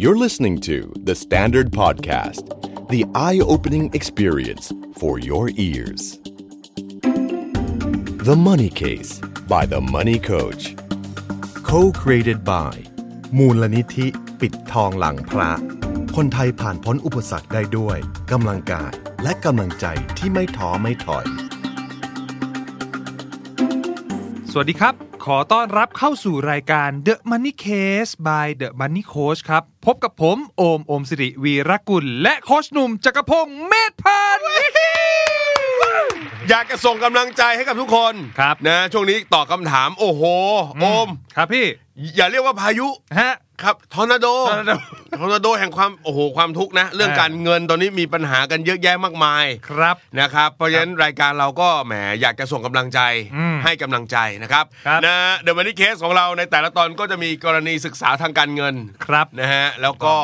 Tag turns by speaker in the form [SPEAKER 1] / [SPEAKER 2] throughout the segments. [SPEAKER 1] You're listening to The Standard Podcast, the eye opening experience for your ears. The Money Case by The Money Coach. Co created by มูลนิธิปิดทองหลังพระ คนไทยผ่านพ้นอุปสรรคได้ด้วยกำลังกายและกำลังใจที่ไม่ท้อไม่ถอย
[SPEAKER 2] สวัสดีครับ ขอต้อนรับเข้าสู่รายการ The Money Case by The Money Coach ครับ พบกับผมโอม โอมสิริวีรกุล และโคชหนุ่มจักรพงศ์เมธพันธ์
[SPEAKER 3] อยากจะส่งกำลังใจให้กับทุกคน
[SPEAKER 2] ครับ
[SPEAKER 3] นะช่วงนี้ตอบคำถามโอ้โหโอม
[SPEAKER 2] ครับพี่
[SPEAKER 3] อย่าเรียกว่าพายุ
[SPEAKER 2] ฮะ
[SPEAKER 3] ครับทอร์นาโด
[SPEAKER 2] ทอ ร์นาโด
[SPEAKER 3] ทอร์นาโดแห่งความโอ้โหความทุกข์นะ เรื่อง
[SPEAKER 2] อ่า
[SPEAKER 3] การเงินตอนนี้มีปัญหากันเยอะแยะมากมาย
[SPEAKER 2] ครับ
[SPEAKER 3] นะครับเพราะฉะนั้นรายการเราก็แหมอยากจะส่งกำลังใจ
[SPEAKER 2] อืม
[SPEAKER 3] ให้กำลังใจนะครับ
[SPEAKER 2] ครับ
[SPEAKER 3] นะเดอะมันนี่เคสของเราในแต่ละตอนก็จะมีกรณีศึกษาทางการเงิน
[SPEAKER 2] ครับ
[SPEAKER 3] นะฮะแล้วก็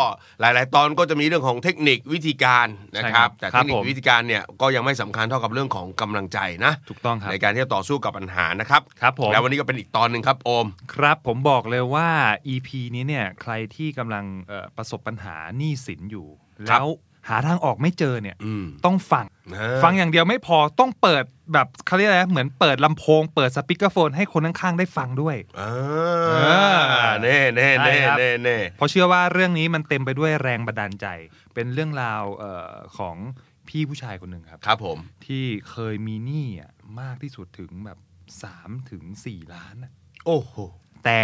[SPEAKER 3] หลาย ๆ ตอนก็จะมีเรื่องของเทคนิควิธีการนะ
[SPEAKER 2] ใช่ค
[SPEAKER 3] ค
[SPEAKER 2] รั
[SPEAKER 3] รั
[SPEAKER 2] บบ
[SPEAKER 3] แต่
[SPEAKER 2] ครับ
[SPEAKER 3] เทคนิค
[SPEAKER 2] ผม
[SPEAKER 3] วิธีการเนี่ยก็ยังไม่สำคัญเท่ากับเรื่องของกำลังใจนะ
[SPEAKER 2] ถูกต้องครับ
[SPEAKER 3] ในการที่จะต่อสู้กับปัญหานะครับ
[SPEAKER 2] ครับผม
[SPEAKER 3] แล้ววันนี้ก็เป็นอีกตอนหนึ่งครับโอม
[SPEAKER 2] ครับผมบอกเลยว่า EP นี้เนี่ยใครที่กำลังเอ่อประสบปัญหาหนี้สินอยู่
[SPEAKER 3] ครั
[SPEAKER 2] แล้
[SPEAKER 3] บ
[SPEAKER 2] วหาทางออกไม่เจอเนี่ย
[SPEAKER 3] อืม
[SPEAKER 2] ต้องฟัง
[SPEAKER 3] อ่า
[SPEAKER 2] ฟังอย่างเดียวไม่พอต้องเปิดแบบเขาเรียกอะไรนะเหมือนเปิดลำโพง เปิดสปีกเกอร์โฟนให้คนข้างๆได้ฟังด้วย
[SPEAKER 3] อ่
[SPEAKER 2] อ่า
[SPEAKER 3] าเน่เน่เน่
[SPEAKER 2] ใช่ครับ
[SPEAKER 3] เน่เน่
[SPEAKER 2] เพราะเชื่อว่าเรื่องนี้มันเต็มไปด้วยแรงบันดาลใจ เป็นเรื่องราวเออของพี่ผู้ชายคนหนึ่งครับ
[SPEAKER 3] ครับผม
[SPEAKER 2] ที่เคยมีหนี้อะมากที่สุดถึงแบบ3ถึง4ล้านอะ
[SPEAKER 3] โอ้โห
[SPEAKER 2] แต่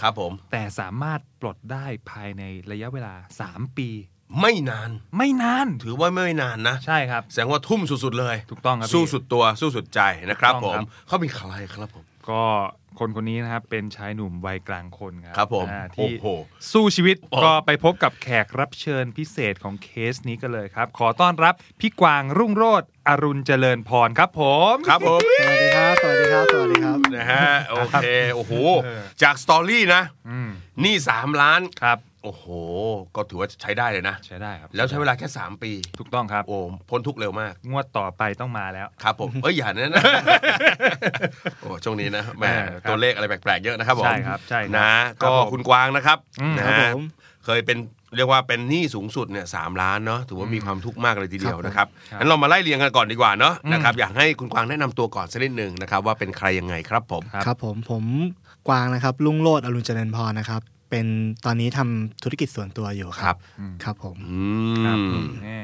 [SPEAKER 3] ครับผม
[SPEAKER 2] แต่สามารถปลดได้ภายในระยะเวลา 3 ปี
[SPEAKER 3] ไม่นาน
[SPEAKER 2] ไม่นาน
[SPEAKER 3] ถือว่าไม่นานนะ
[SPEAKER 2] ใช่ครับ
[SPEAKER 3] แสดงว่าทุ่มสุดๆเลย
[SPEAKER 2] ถูกต้องครับพี่
[SPEAKER 3] สู้สุดตัวสู้สุดใจนะครับ
[SPEAKER 2] ถูก
[SPEAKER 3] ผ
[SPEAKER 2] ต้องค
[SPEAKER 3] ม
[SPEAKER 2] รับ
[SPEAKER 3] เขาเป็นใครครับผม
[SPEAKER 2] ก็คนคนนี้นะครับ เป็นชายหนุ่มวัยกลางคนครับ
[SPEAKER 3] ครับผม
[SPEAKER 2] อ่าที่
[SPEAKER 3] โอ้โห
[SPEAKER 2] สู้ชีวิต
[SPEAKER 3] โอ้
[SPEAKER 2] ก็ไปพบกับแขกรับเชิญพิเศษของเคสนี้กันเลยครับ ขอต้อนรับพี่กวางรุ่งโรธอรุณเจริญพรครับผม
[SPEAKER 3] ครับผม
[SPEAKER 4] สวัสดีครับ สวัสดีครับ สวัสดีครับ
[SPEAKER 3] นะฮะโอเคโอ้โหจากสตอรี่นะ
[SPEAKER 2] อืม
[SPEAKER 3] หนี่สามล้าน
[SPEAKER 2] ครับ
[SPEAKER 3] โอ้โห ก็ถือว่าใช้ได้เลยนะ
[SPEAKER 2] ใช้ได้ครับ
[SPEAKER 3] แล้วใช้เวลาแค่สามปี
[SPEAKER 2] ถูกต้องครับ
[SPEAKER 3] โอ้พ้นทุกข์เร็วมาก
[SPEAKER 2] งวดต่อไปต้องมาแล้ว
[SPEAKER 3] ครับผม เอ้ยอย่านะ นะ โอ้ช่วงนี้นะแหม
[SPEAKER 2] เออครับ
[SPEAKER 3] ตัวเลขอะไรแปลกๆเยอะนะครับผม
[SPEAKER 2] ใช่ครับใช่ครับ
[SPEAKER 3] นะ
[SPEAKER 2] ครับ
[SPEAKER 3] ก็
[SPEAKER 2] ผม
[SPEAKER 3] คุณกวางนะครับ
[SPEAKER 2] อืม
[SPEAKER 3] นะครับ ฮะ
[SPEAKER 4] ผม
[SPEAKER 3] เคยเป็นเรียกว่าเป็นหนี้สูงสุดเนี่ยสามล้านเนาะถือว่ามีความทุกข์มากเลยทีเดียวนะครับ
[SPEAKER 2] ครับ
[SPEAKER 3] งั้นเรามาไล่เรียงกันก่อนดีกว่าเนาะ
[SPEAKER 2] อืม
[SPEAKER 3] นะครับอยากให้คุณกวางแนะนำตัวก่อนสักนิดหนึ่งนะครับว่าเป็นใครยังไงครับผม
[SPEAKER 2] ครับ
[SPEAKER 4] ครับผม ผมกวางนะครับ ลุงโลดอรุณเจริญพรนะครับ เป็นตอนนี้ทำธุรกิจส่วนตัวอยู่ค
[SPEAKER 3] ครั
[SPEAKER 4] รับ บ ครับผม
[SPEAKER 3] อื
[SPEAKER 2] ครับ
[SPEAKER 3] ม
[SPEAKER 2] แน่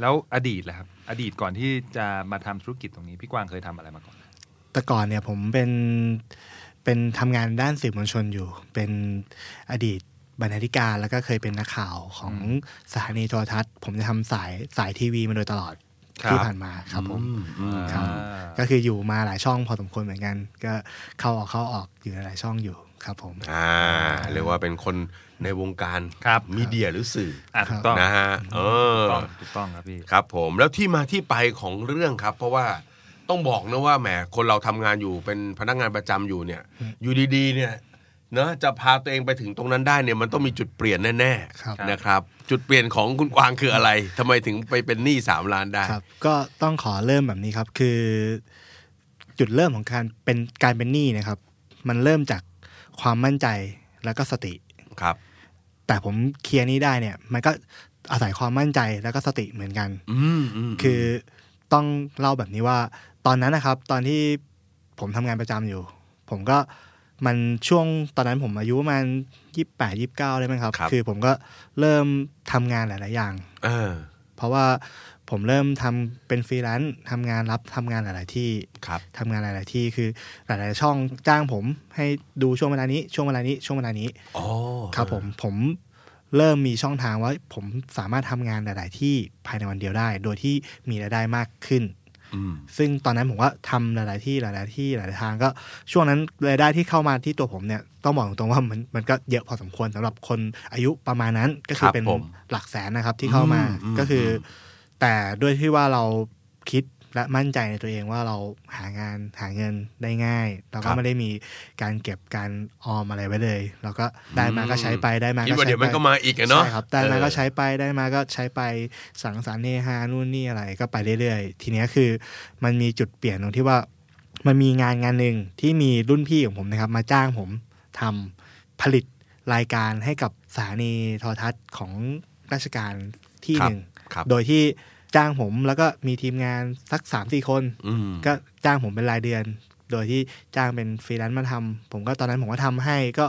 [SPEAKER 2] แล้วอดีตล่ะครับ อดีตก่อนที่จะมาทำธุรกิจตรงนี้ พี่กวางเคยทำอะไรมาก่อน
[SPEAKER 4] แต่ก่อนเนี่ยผมเป็น เป็นทำงานด้านสื่อมวลชนอยู่ เป็นอดีตบรรณาธิการแล้วก็เคยเป็นนักข่าวของสถานีโทรทัศน์ ผมจะทำสายสายทีวีมาโดยตลอด
[SPEAKER 2] ครับ
[SPEAKER 4] ที่ผ่านมาครับผม
[SPEAKER 3] อืม
[SPEAKER 4] ครับ
[SPEAKER 2] อ่า
[SPEAKER 4] ก็คืออยู่มาหลายช่องพอสมควรเหมือนกัน ก็เข้าออกเข้าออกอยู่หลายช่องอยู่ครับผม
[SPEAKER 3] อ่าเรียกว่าเป็นคนในวงการ
[SPEAKER 2] ครับ
[SPEAKER 3] มีเดียหรือสื่อ
[SPEAKER 2] อ่ะถูกต้อง
[SPEAKER 3] นะฮะเออ
[SPEAKER 2] ถูกต้องถูกต้องครับพี่
[SPEAKER 3] ครับผมแล้วที่มาที่ไปของเรื่องครับ เพราะว่าต้องบอกนะว่าแหมคนเราทำงานอยู่เป็นพนักงานประจำอยู่เนี่ย อยู่ดีๆ เนี่ยเนอะจะพาตัวเองไปถึงตรงนั้นได้เนี่ยมันต้องมีจุดเปลี่ยนแน่
[SPEAKER 4] ครับ
[SPEAKER 3] ๆนะครับ จุดเปลี่ยนของคุณกวางคืออะไรทำไมถึงไปเป็นหนี้สามล้านได้
[SPEAKER 4] ครับก็ต้องขอเริ่มแบบนี้ครับ คือ จุดเริ่มของการเป็นการเป็นหนี้นะครับ มันเริ่มจากความมั่นใจแล้วก็สติ
[SPEAKER 3] ครับ
[SPEAKER 4] แต่ผมเคลียร์หนี้ได้เนี่ย มันก็อาศัยความมั่นใจแล้วก็สติเหมือนกัน
[SPEAKER 3] อืมอืม
[SPEAKER 4] คือต้องเล่าแบบนี้ว่า ตอนนั้นนะครับ ตอนที่ผมทำงานประจำอยู่ ผมก็มันช่วงตอนนั้นผมอายุประมาณยี่แปดยี่เก้าได้ไหมครับ คือผมก็เริ่มทำงานหลาย ๆ อย่าง
[SPEAKER 3] เออ
[SPEAKER 4] เพราะว่าผมเริ่มทำเป็นฟรีแลนซ์ทำงานรับทำงานหลาย ๆ ที่
[SPEAKER 3] ครับ
[SPEAKER 4] ทำงานหลาย ๆ ที่คือหลาย ๆ ช่องจ้างผมให้ดูช่วงเวลานี้ ช่วงเวลานี้ช่วงเวลานี้
[SPEAKER 3] อ๋อ
[SPEAKER 4] ครับผมผมเริ่มมีช่องทางว่าผมสามารถทำงานหลาย ๆ ที่ภายในวันเดียวได้ โดยที่มีรายได้มากขึ้น
[SPEAKER 3] อืม
[SPEAKER 4] ซึ่งตอนนั้นผมว่าทำหลาย ๆ ที่หลาย ๆ ที่หลาย ๆ ทางก็ช่วงนั้นรายได้ที่เข้ามาที่ตัวผมเนี่ยต้องบอกตรงๆว่ามันมันก็เยอะพอสมควรสำหรับคนอายุประมาณนั้นก็คือเป็นหลักแสนนะครับที่เข้ามาก็คือ แต่ด้วยที่ว่าเราคิดและมั่นใจในตัวเองว่าเราหางานหาเงินได้ง่าย เราก็ไม่ได้มีการเก็บการออมอะไรไว้เลย เราก็ได้มาก็ใช้ไปได้มา
[SPEAKER 3] คิด
[SPEAKER 4] ก็
[SPEAKER 3] ว่า
[SPEAKER 4] ใช้
[SPEAKER 3] เดี๋ยว
[SPEAKER 4] ไป
[SPEAKER 3] มันก็มาอีกอะเนาะ
[SPEAKER 4] ใช่ครับได้มา
[SPEAKER 3] เออ
[SPEAKER 4] ก็ใช้ไปได้มาก็ใช้ไปสังสรรค์เนฮานู่นนี่อะไรก็ไปเรื่อยๆ ทีเนี้ยคือมันมีจุดเปลี่ยนตรงที่ว่า มันมีงานงานหนึ่งที่มีรุ่นพี่ของผมนะครับ มาจ้างผมทำผลิต รายการให้กับสถานีโทรทัศน์ของราชการที่
[SPEAKER 3] ครับ
[SPEAKER 4] หนึ่ง
[SPEAKER 3] ครับ
[SPEAKER 4] โดยที่จ้างผมแล้วก็มีทีมงานสักสามสี่คน
[SPEAKER 3] อืม
[SPEAKER 4] ก็จ้างผมเป็นรายเดือน โดยที่จ้างเป็นฟรีแลนซ์มาทำผมก็ตอนนั้นผมก็ทำให้ก็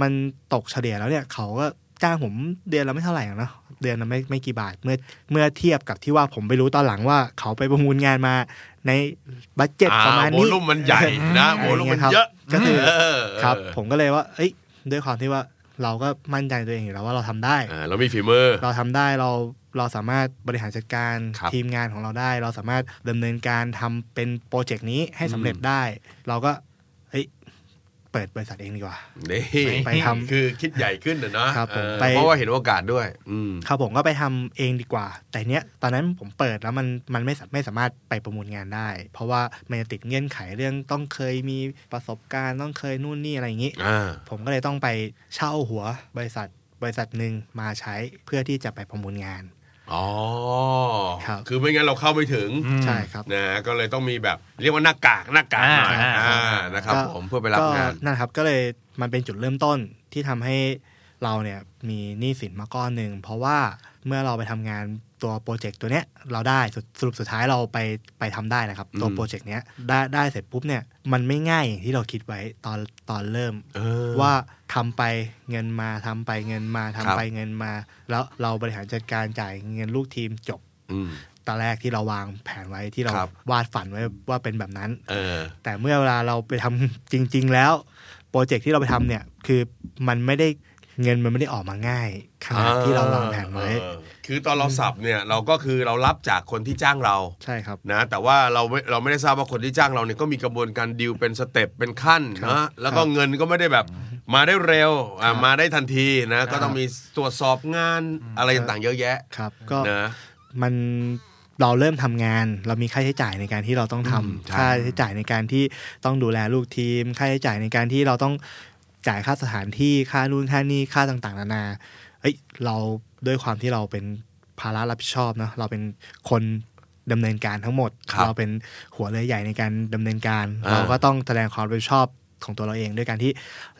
[SPEAKER 4] มันตกเฉลี่ยแล้วเนี่ยเขาก็จ้างผมเดือนละไม่เท่าไหร่หรอกเนาะเดือนละไม่ไม่กี่บาทเมื่อเมื่อเทียบกับที่ว่าผมไปรู้ตอนหลังว่าเขาไปประมูลงานมาในบัตเจ็ต
[SPEAKER 3] อ่า
[SPEAKER 4] ประมาณนี้
[SPEAKER 3] โวลุ่มมันใหญ่นะ
[SPEAKER 4] อ
[SPEAKER 3] โว
[SPEAKER 4] ไราง
[SPEAKER 3] ลุ่ม
[SPEAKER 4] งี้
[SPEAKER 3] มัน
[SPEAKER 4] ครับ
[SPEAKER 3] เยอะ
[SPEAKER 4] ก็คือ
[SPEAKER 3] เออ
[SPEAKER 4] ครับ ผมก็เลยว่า เอ้ยด้วยความที่ว่าเราก็มั่นใจในตัวเองอยู่แล้วว่าเราทำได้
[SPEAKER 3] อ่าเรามีฝีมือ
[SPEAKER 4] เราทำได้เราเราสามารถบริหารจัดการ
[SPEAKER 3] ครับ
[SPEAKER 4] ทีมงานของเราได้ เราสามารถดำเนินการทำเป็นโปรเจกต์นี้ให้สำเร็จ
[SPEAKER 3] อืม
[SPEAKER 4] ได้ เราก็เฮ้ยเปิดบริษัทเองดีกว่า
[SPEAKER 3] นี่
[SPEAKER 4] ไปทำ
[SPEAKER 3] คือคิดใหญ่ขึ้นนะนะครับ
[SPEAKER 4] ผม
[SPEAKER 3] เออ
[SPEAKER 4] ไป
[SPEAKER 3] เพราะว่าเห็นโอกาสด้วย อืม
[SPEAKER 4] ครับผมก็ไปทำเองดีกว่า แต่เนี้ยตอนนั้นผมเปิดแล้วมันมันไม่สาไม่สามารถไปประมูลงานได้ เพราะว่ามันจะติดเงื่อนไขเรื่องต้องเคยมีประสบการณ์ต้องเคยนู่นนี่อะไรอย่างนี้
[SPEAKER 3] อ่า
[SPEAKER 4] ผมก็เลยต้องไปเช่าหัวบริษัทบริษัทหนึ่งมาใช้เพื่อที่จะไปประมูลงาน
[SPEAKER 3] อ๋อ
[SPEAKER 4] ครับ
[SPEAKER 3] อไม่งั้นเราเข้าไม่ถึง
[SPEAKER 2] อืม
[SPEAKER 4] ใช่ครับ
[SPEAKER 3] นะก็เลยต้องมีแบบ เรียกว่าหน้ากากหน้ากากหน่อย
[SPEAKER 2] อ่า
[SPEAKER 3] อ่านะครับ
[SPEAKER 4] ก็
[SPEAKER 3] ผมเพื่อไปรับงาน
[SPEAKER 4] ก็นั่นครับก็เลยมันเป็นจุดเริ่มต้นที่ทำให้เราเนี่ยมีหนี้สินมาก้อนหนึ่งเพราะว่าเมื่อเราไปทำงานตัวโปรเจกต์ตัวเนี้ยเราได้สุดสรุปสุดท้ายเราไปไปทำได้นะครับ ตัว
[SPEAKER 3] อืม
[SPEAKER 4] โปรเจกต์เนี้ยได้ได้เสร็จปุ๊บเนี่ยมันไม่ง่ายอย่างที่เราคิดไว้ตอนตอนเริ่ม
[SPEAKER 3] เออ
[SPEAKER 4] ว่าทำไปเงินมาทำไปเงินมา
[SPEAKER 3] ครั
[SPEAKER 4] ทำ
[SPEAKER 3] บ
[SPEAKER 4] ไปเงินมา แล้วเราบริหารจัดการจ่ายเงินลูกทีมจบ
[SPEAKER 3] อืม
[SPEAKER 4] ตอนแรกที่เราวางแผนไว้ที่เรา
[SPEAKER 3] ครับ
[SPEAKER 4] วาดฝันไว้ว่าเป็นแบบนั้น
[SPEAKER 3] เออ
[SPEAKER 4] แต่เมื่อเวลาเราไปทำ จริง ๆ แล้ว โปรเจกต์ที่เราไปทำเนี่ย คือมันไม่ได้เงินมันไม่ได้ออกมาง่ายขนาดที่เราวางแผนไว้
[SPEAKER 3] เออคือตอนเราสับเนี่ยเราก็คือเรารับจากคนที่จ้างเรา
[SPEAKER 4] ใช่ครับ
[SPEAKER 3] นะ แต่ว่าเราไม่เราไม่ได้ทราบว่าคนที่จ้างเราเนี่ยก็มีกระบวนการดิวเป็นสเต็ปเป็นขั้น
[SPEAKER 4] ครับ
[SPEAKER 3] นะ แล้วก็
[SPEAKER 4] ครับ
[SPEAKER 3] เงินก็ไม่ได้แบบมาได้เร็วอ่ะ
[SPEAKER 4] ครับ
[SPEAKER 3] มาได้ทันทีนะ
[SPEAKER 4] ครั
[SPEAKER 3] ก็
[SPEAKER 4] บ
[SPEAKER 3] ต้องมีตรวจสอบงานอะไรต่างๆเยอะแยะ
[SPEAKER 4] ครับ ก็
[SPEAKER 3] นะ
[SPEAKER 4] มันเราเริ่มทำงาน เรามีค่าใช้จ่ายในการที่เราต้องทำ
[SPEAKER 3] อืมใช่
[SPEAKER 4] ค่าใช้จ่ายในการที่ต้องดูแลลูกทีม ค่าใช้จ่ายในการที่เราต้องจ่ายค่าสถานที่ค่านู่นค่านี่ค่าต่างๆ นานาเอ้ยเราด้วยความที่เราเป็นภาระรับผิดชอบเนาะเราเป็นคนดำเนินการทั้งหมด
[SPEAKER 3] ครับ
[SPEAKER 4] เราเป็นหัวเรือใหญ่ในการดำเนินการ
[SPEAKER 3] อ่า
[SPEAKER 4] เราก็ต้องแสดงความรับผิดชอบของตัวเราเอง ด้วยการที่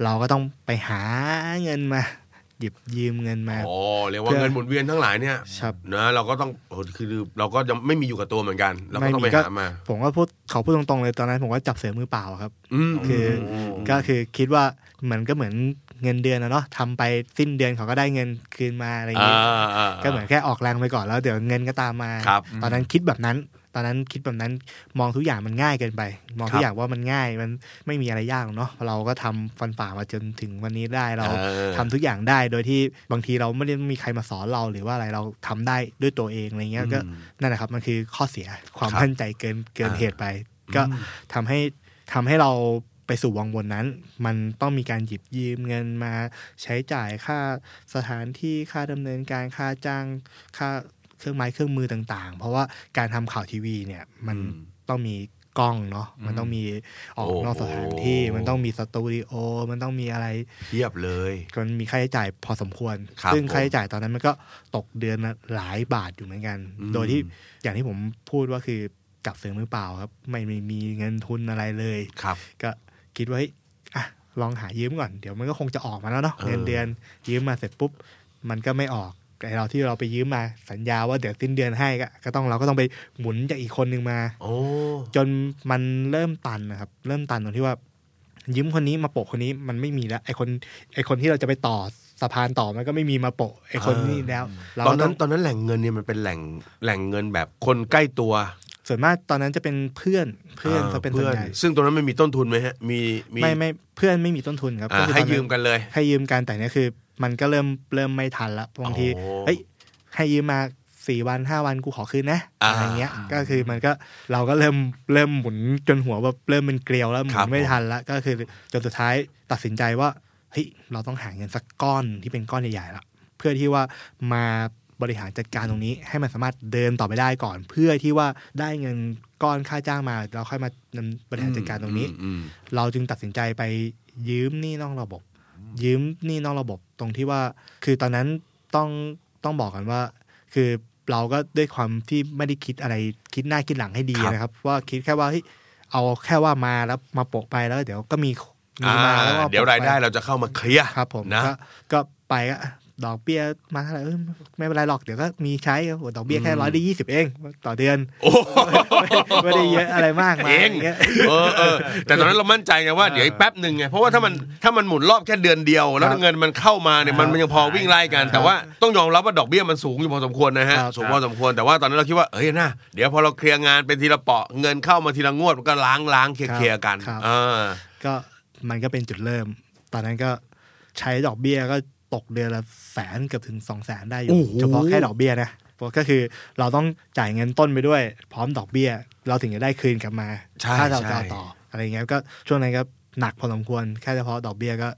[SPEAKER 4] เราก็ต้องไปหาเงินมา หยิบยืมเงินมา
[SPEAKER 3] อ๋อเรียกว่าเงินหมุนเวียนทั้งหลายเนี่ย
[SPEAKER 4] ครับ
[SPEAKER 3] นะเราก็ต้องโอ้คือเราก็จะไม่มีอยู่กับตัวเหมือนกันเราก็ต้องไปหามา
[SPEAKER 4] ผมก็พูดเขาพูดตรงๆเลยตอนนั้นผมก็จับเสือมือเปล่าครับ
[SPEAKER 3] อืม
[SPEAKER 4] คืออ
[SPEAKER 3] ม
[SPEAKER 4] ก็คือคิดว่าเหมือนก็เหมือนเงินเดือนนะเนาะทำไปสิ้นเดือนเขาก็ได้เงินคืนมาอะไรอย่าง
[SPEAKER 3] อ่า
[SPEAKER 4] งี้
[SPEAKER 3] าา
[SPEAKER 4] ก็เหมือนแค่ออกแรงไปก่อนแล้วเดี๋ยวเงินก็ตามมา
[SPEAKER 3] ครับ
[SPEAKER 4] ตอนนั้นคิดแบบนั้น ตอนนั้นคิดแบบนั้นมองทุกอย่างมันง่ายเกินไป มองทุกอย่างว่ามันง่ายมันไม่มีอะไรยากหรอกเนาะเราก็ทำฟันฝ่ามาจนถึงวันนี้ได้เรา
[SPEAKER 3] เออ
[SPEAKER 4] ทำทุกอย่างได้โดยที่บางทีเราไม่ได้มีใครมาสอนเราหรือว่าอะไรเราทำได้ด้วยตัวเองอะไรเงี้ยก็นั่นแหละครับมันคือข้อเสียความ
[SPEAKER 3] ครับ
[SPEAKER 4] มั่นใจเกินเกิน
[SPEAKER 3] อ่า
[SPEAKER 4] เหตุไป ก็ทำให้ทำให้เราไปสู่วังวนนั้น มันต้องมีการหยิบยืมเงินมาใช้จ่ายค่าสถานที่ค่าดำเนินการค่าจ้างค่าเครื่องไม้เครื่องมือต่าง ๆ เพราะว่าการทำข่าวทีวีเนี่ยมันต้องมีกล้องเนาะมันต้องมีออกนอกสถานที่มันต้องมีสตูดิโอมันต้องมีอะไร
[SPEAKER 3] เทียบเลย
[SPEAKER 4] จนมีค่าใช้จ่ายพอสมควร
[SPEAKER 3] ครับ
[SPEAKER 4] ซึ่ง
[SPEAKER 3] ผม
[SPEAKER 4] ค่าใช้จ่ายตอนนั้นมันก็ตกเดือนละหลายบาทอยู่เหมือนกัน
[SPEAKER 3] อืม
[SPEAKER 4] โดยที่อย่างที่ผมพูดว่าคือจับเสือมือเปล่าครับ ไม่มีมีเงินทุนอะไรเลย
[SPEAKER 3] ครับ
[SPEAKER 4] ก็คิดว่าเฮ้ยอ่ะลองหายืมก่อน เดี๋ยวมันก็คงจะออกมาแล้วเนาะ
[SPEAKER 3] เออ
[SPEAKER 4] เงินเดือนยืมมาเสร็จปุ๊บ มันก็ไม่ออกไอเราที่เราไปยืมมาสัญญาว่าเดี๋ยวสิ้นเดือนให้ก็ก็ต้องเราก็ต้องไปหมุนจากอีกคนนึงมา
[SPEAKER 3] โอ้
[SPEAKER 4] จนมันเริ่มตันนะครับ เริ่มตันตรงที่ว่ายืมคนนี้มาโปะคนนี้มันไม่มีแล้ว ไอคนไอคนที่เราจะไปต่อสะพานต่อมันก็ไม่มีมาโปะไอคน
[SPEAKER 3] เออ
[SPEAKER 4] นี้แล้วเรา
[SPEAKER 3] ต
[SPEAKER 4] ก็
[SPEAKER 3] อนนั้น
[SPEAKER 4] ง
[SPEAKER 3] ตอนนั้นแหล่งเงินเนี่ยมันเป็นแหล่งแหล่งเงินแบบคนใกล้ตัว
[SPEAKER 4] ส่วนมากตอนนั้นจะเป็นเพื่อนเพื่อนจะเป็นส่วนใหญ่
[SPEAKER 3] ซึ่งตรงนั้นไม่มีต้นทุนไหมฮะ มีมี
[SPEAKER 4] ไม่ไม่เพื่อนไม่มีต้นทุนครับ
[SPEAKER 3] อ่า
[SPEAKER 4] คือ
[SPEAKER 3] ให้
[SPEAKER 4] ตอนนั้น
[SPEAKER 3] ยืมกันเลย
[SPEAKER 4] ให้ยืมกันแต่เนี้ยคือ มันก็เริ่มเริ่มไม่ทันละบางที
[SPEAKER 3] โอ้
[SPEAKER 4] เฮ้ยให้ยืมมาสี่วันห้าวันกูขอคืนนะ
[SPEAKER 3] อ่า
[SPEAKER 4] อะไรเงี้ยก็คือมันก็เราก็เริ่มเริ่มหมุนจนหัวแบบเริ่มเป็นเกลียวแล้วหมุ
[SPEAKER 3] ครับ
[SPEAKER 4] นไม่
[SPEAKER 3] ผม
[SPEAKER 4] ทัน แล้วก็คือจนสุดท้ายตัดสินใจว่าเฮ้ยเราต้องหาเงินสักก้อนที่เป็นก้อนใหญ่ๆละเพื่อที่ว่ามาบริหารจัดการตรงนี้ ให้มันสามารถเดินต่อไปได้ก่อน เพื่อที่ว่าได้เงินก้อนค่าจ้างมาเราค่อยมานำบริหารจัดการตรงนี้
[SPEAKER 3] อืม
[SPEAKER 4] เราจึงตัดสินใจไปยืมหนี้นอกระบบ ยืมหนี้นอกระบบตรงที่ว่า คือตอนนั้นต้องต้องบอกกันว่า คือเราก็ด้วยความที่ไม่ได้คิดอะไรคิดหน้าคิดหลังให้ดี
[SPEAKER 3] ครับ
[SPEAKER 4] นะครับ ว่าคิดแค่ว่าเฮ้ยเอาแค่ว่ามาแล้วมาโปะไปแล้ว เดี๋ยวก็มี มีมาแล้วก็
[SPEAKER 3] อ่าเดี๋ยวรายได้เราจะเข้ามาเคลียร์
[SPEAKER 4] ครับผม
[SPEAKER 3] นะ
[SPEAKER 4] ก็ก็ไปก็ดอกเบี้ยมาเท่าไหร่เอ้ยไม่เป็นไรหรอกเดี๋ยวก็มีใช้โอ้โหดอกเบี้ยแค่ร้อยละยี่สิบเอง ต่อเดือน
[SPEAKER 3] โอ้โห
[SPEAKER 4] ไม่ได้เยอะอะไรมากมาย
[SPEAKER 3] เอง
[SPEAKER 4] ย่างเงี้ย
[SPEAKER 3] เออเออแต่ตอนนั้นเรามั่นใจไงว่าเดี๋ยวอีกแป๊บหนึ่งไงเพราะว่าถ้ามันถ้ามันหมุนรอบแค่เดือนเดียว แล้ว
[SPEAKER 4] ครับ
[SPEAKER 3] เงินมันเข้ามาเนี่ยมัน
[SPEAKER 4] ครับ
[SPEAKER 3] มันยังพอวิ่งไล่กัน แต่ว่าต้องยอมรับว่าดอกเบี้ยมันสูงอยู่พอสมควรนะฮะ
[SPEAKER 4] ครับ
[SPEAKER 3] สูงพอสมควรแต่ว่าตอนนั้นเราคิดว่าเอ้ยนะเดี๋ยวพอเราเคลียร์งานเป็นทีละเปาะเงินเข้ามาทีละงวดมันก็ล้างล้างๆเคลียร์เคลียร์กันอ่า
[SPEAKER 4] ก็มันก็เป็นจุดเริ่ม ตอนนั้นก็ใช้ดอกเบี้ยก็ตกเดือนละแสนเกือบถึงสองแสนได้อยู่
[SPEAKER 3] โอ้โห
[SPEAKER 4] เฉพาะแค่ดอกเบี้ยนะเพราะก็คือเราต้องจ่ายเงินต้นไปด้วย พร้อมดอกเบี้ย เราถึงจะได้คืนกลับมา
[SPEAKER 3] ใช่
[SPEAKER 4] ถ้าเราจะ
[SPEAKER 3] ใช่
[SPEAKER 4] เอาต่ออะไรเงี้ยก็ช่วงนั้นก็หนักพอสมควรแค่เฉพาะดอกเบี้ยก็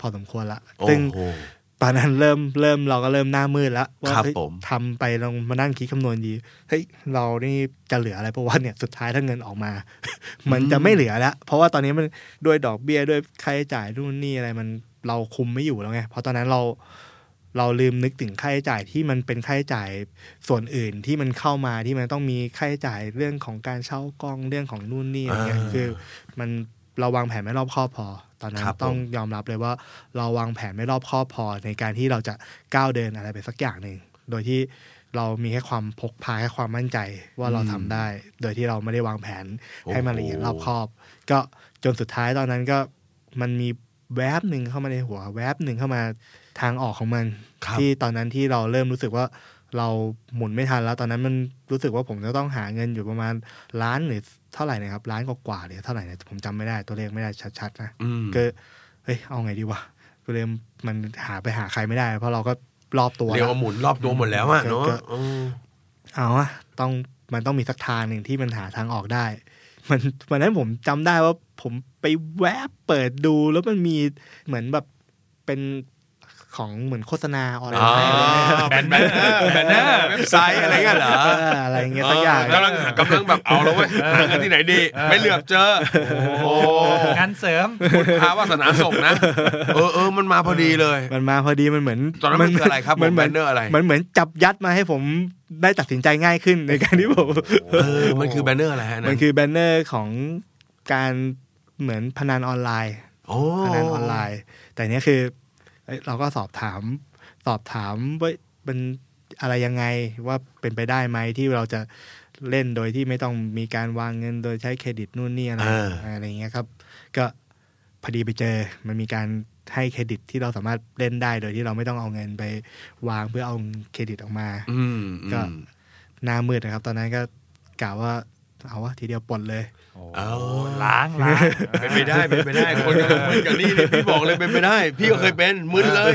[SPEAKER 4] พอสมควรละซึ่ง
[SPEAKER 3] โอ้โห
[SPEAKER 4] ตอน นั้นเริ่มเริ่มเราก็เริ่มหน้ามืดละว่า
[SPEAKER 3] ครับ
[SPEAKER 4] เฮ้ย
[SPEAKER 3] ผม
[SPEAKER 4] ทำไปลองมานั่งคิดคำนวณดีเฮ้ยเรานี่จะเหลืออะไรเพราะว่าเนี่ยสุดท้ายถ้าเงินออกมา มันจะไม่เหลือแล้ว เพราะว่าตอนนี้มันด้วยดอกเบี้ยด้วยค่าใช้จ่ายนู่นนี่อะไรมันเราคุมไม่อยู่แล้วไง เพราะตอนนั้นเราเราลืมนึกถึงค่าใช้จ่ายที่มันเป็นค่าใช้จ่ายส่วนอื่นที่มันเข้ามาที่มันต้องมีค่าใช้จ่ายเรื่องของการเช่ากล้องเรื่องของนู่นนี่อะไรเงี้ย
[SPEAKER 3] อ่า
[SPEAKER 4] คือ มันเราวางแผนไม่รอบคอบพอ ตอนนั้น
[SPEAKER 3] ครับผม
[SPEAKER 4] ต้องยอมรับเลยว่า เราวางแผนไม่รอบคอบพอในการที่เราจะก้าวเดินอะไรไปสักอย่างหนึ่งโดยที่เรามีแค่ความพกพาแค่ความมั่นใจว่าเราทำได้ โดยที่เราไม่ได้วางแผน ให้มันละเอียดรอบคอบ ก็จนสุดท้ายตอนนั้นก็มันมีแวบหนึ่งเข้ามาในหัว แวบหนึ่งเข้ามาทางออกของมัน
[SPEAKER 3] ครับ
[SPEAKER 4] ที่ตอนนั้นที่เราเริ่มรู้สึกว่าเราหมุนไม่ทันแล้ว ตอนนั้นมันรู้สึกว่าผมจะต้องหาเงินอยู่ประมาณล้านหรือเท่าไหร่นะครับล้านกว่าๆหรือเท่าไหร่เนี่ยผมจำไม่ได้ตัวเลขไม่ได้ชัดๆนะ
[SPEAKER 3] อืม
[SPEAKER 4] ก็เฮ้ยเอาไงดีวะก็เลยมันหาไปหาใครไม่ได้ เพราะเราก็รอบตัว
[SPEAKER 3] เรียก
[SPEAKER 4] แล้ว
[SPEAKER 3] ว่าหมุนรอบตัวหมดแล้วอะเนาะ
[SPEAKER 4] ก็
[SPEAKER 3] อืม
[SPEAKER 4] เอาอะต้องมันต้องมีสักทางหนึ่งที่มันหาทางออกได้ มันวันนั้นผมจำได้ว่าผมไปแวบเปิดดูแล้วมันมีเหมือนแบบเป็นของเหมือนโฆษณาออนไลน์อะไรเงี้ย
[SPEAKER 2] แบนแบนเนอร์แบนเนอร์
[SPEAKER 3] เว็บไซต์อะไรเงี้ยเหรอ
[SPEAKER 4] เอออะไรเงี้ยสักอย่าง
[SPEAKER 3] กำลังกำลังแบบเอาแล้วเว้ยหาเงินที่ไหนดี ไม่เหลือบเจอ โอ้
[SPEAKER 2] งานเสริม
[SPEAKER 3] คุณพาวาสนาส่งนะ เออเออมันมาพอดีเลย
[SPEAKER 4] มันมาพอดีมันเหมือน
[SPEAKER 3] ตอนนั้นมันคืออะไรครับ
[SPEAKER 4] มันเหมือ
[SPEAKER 3] ผ
[SPEAKER 4] น
[SPEAKER 3] มแบนเนอร์อะไร
[SPEAKER 4] มันเหมือนจับยัดมาให้ผมได้ตัดสินใจง่ายขึ้นในการที่ผม
[SPEAKER 3] เออมันคือแบนเนอร์อะไรฮะ
[SPEAKER 4] มันคือแบนเนอร์ของการเหมือนพนันออนไลน์
[SPEAKER 3] โอ้
[SPEAKER 4] พนันออนไลน์ แต่เนี้ยคือเอ้ยเราก็สอบถามสอบถามว่าเป็นอะไรยังไงว่าเป็นไปได้ไหมที่เราจะเล่นโดยที่ไม่ต้องมีการวางเงินโดยใช้เครดิตนู่นนี่อะไรอะไรอย่างเงี้ยครับ ก็พอดีไปเจอมันมีการให้เครดิตที่เราสามารถเล่นได้โดยที่เราไม่ต้องเอาเงินไปวางเพื่อเอาเครดิตออกมา
[SPEAKER 3] อืมอืม
[SPEAKER 4] ก็ หน้ามืดนะครับ ตอนนั้นก็กล่าวว่าเอาวะทีเดียวปลดเลย
[SPEAKER 3] เอา
[SPEAKER 2] ล้างล้าง
[SPEAKER 3] เป็นไปได้เป็นไปได้ คนกำลังมึนกับนี่นี่พี่บอกเลยเป็นไปได้ พี่ก็เคยเป็นมึนเลย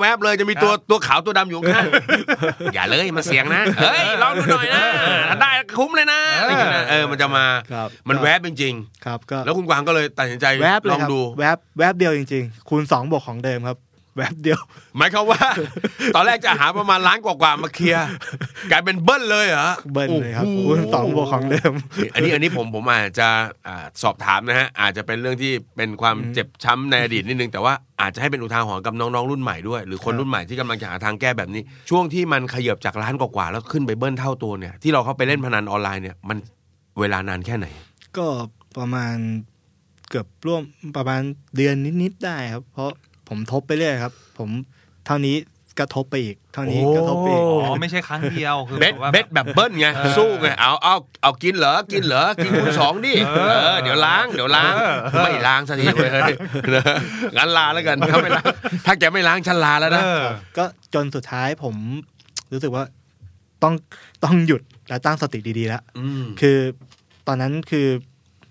[SPEAKER 3] แวบๆเลยจะมีตัวตัวขาวตัวดำอยู่ข้างๆอย่าเลยมาเสียงนะเฮ้ยลองดูหน่อยนะถ้าได้คุ้มเลยนะอะไรอย่างเงี้ยนะเออมันจะมา
[SPEAKER 4] ครับ
[SPEAKER 3] มันแวบจริง
[SPEAKER 4] ครับก็
[SPEAKER 3] ๆ แล้วคุณกวางก็เลยตัดสินใจ
[SPEAKER 4] แวบเล
[SPEAKER 3] ล
[SPEAKER 4] ย
[SPEAKER 3] อง
[SPEAKER 4] ครับ
[SPEAKER 3] ดู
[SPEAKER 4] แวบแวบเดียวจริง ๆ คูณสองบวกของเดิมครับ แวบเดียว
[SPEAKER 3] หมาย ความว่า ตอนแรกจะหาประมาณล้านกว่าๆมาเคลียร์กลายเป็นเบิ้ลเลยเหรอ
[SPEAKER 4] เบิ้ลเลยครับ
[SPEAKER 3] โอ้โห
[SPEAKER 4] คูณสองบวกของเดิม
[SPEAKER 3] อันนี้อันนี้ผมผมอาจจะอ่าสอบถามนะฮะ อาจจะเป็นเรื่องที่เป็นความเจ็บช้ำในอดีตนิดนึง แต่ว่าอาจจะให้เป็นอุทาหรณ์กับน้องๆรุ่นใหม่ด้วย หรือคน
[SPEAKER 4] ครับ
[SPEAKER 3] รุ่นใหม่ที่กำลังจะหาทางแก้แบบนี้ ช่วงที่มันขยับจากล้านกว่าๆแล้วขึ้นไปเบิ้ลเท่าตัวเนี่ยที่เราเข้าไปเล่นพนันออนไลน์เนี่ยมันเวลานานแค่ไหน
[SPEAKER 4] ก็ประมาณเกือบร่วมประมาณเดือนนิดๆได้ครับ เพราะผมทบไปเรื่อยครับ ผมเท่านี้ก็ทบไปอีก เท่านี้ก็ทบไปอีก
[SPEAKER 2] อ๋อไม่ใช่ครั้งเดียวคือ
[SPEAKER 3] เบ็ด
[SPEAKER 2] แบบว่า
[SPEAKER 3] เบ็ดแบบเบิ้ลไงสู้ไงเอาเอาเอากินเหรอกินเหรอกินคูณสองดิเออเดี๋ยวล้างเดี๋ยวล้างไม่ล้างสักทีเลย งั้นลาแล้วกันถ้าไม่ล้างถ้าแกไม่ล้างฉันลาแล้ว
[SPEAKER 2] เอ
[SPEAKER 3] นะ
[SPEAKER 2] อ
[SPEAKER 4] ก็จนสุดท้ายผม รู้สึกว่าต้องต้องหยุดและตั้งสติดีๆแล้ว
[SPEAKER 3] ม
[SPEAKER 4] คือตอนนั้นคือ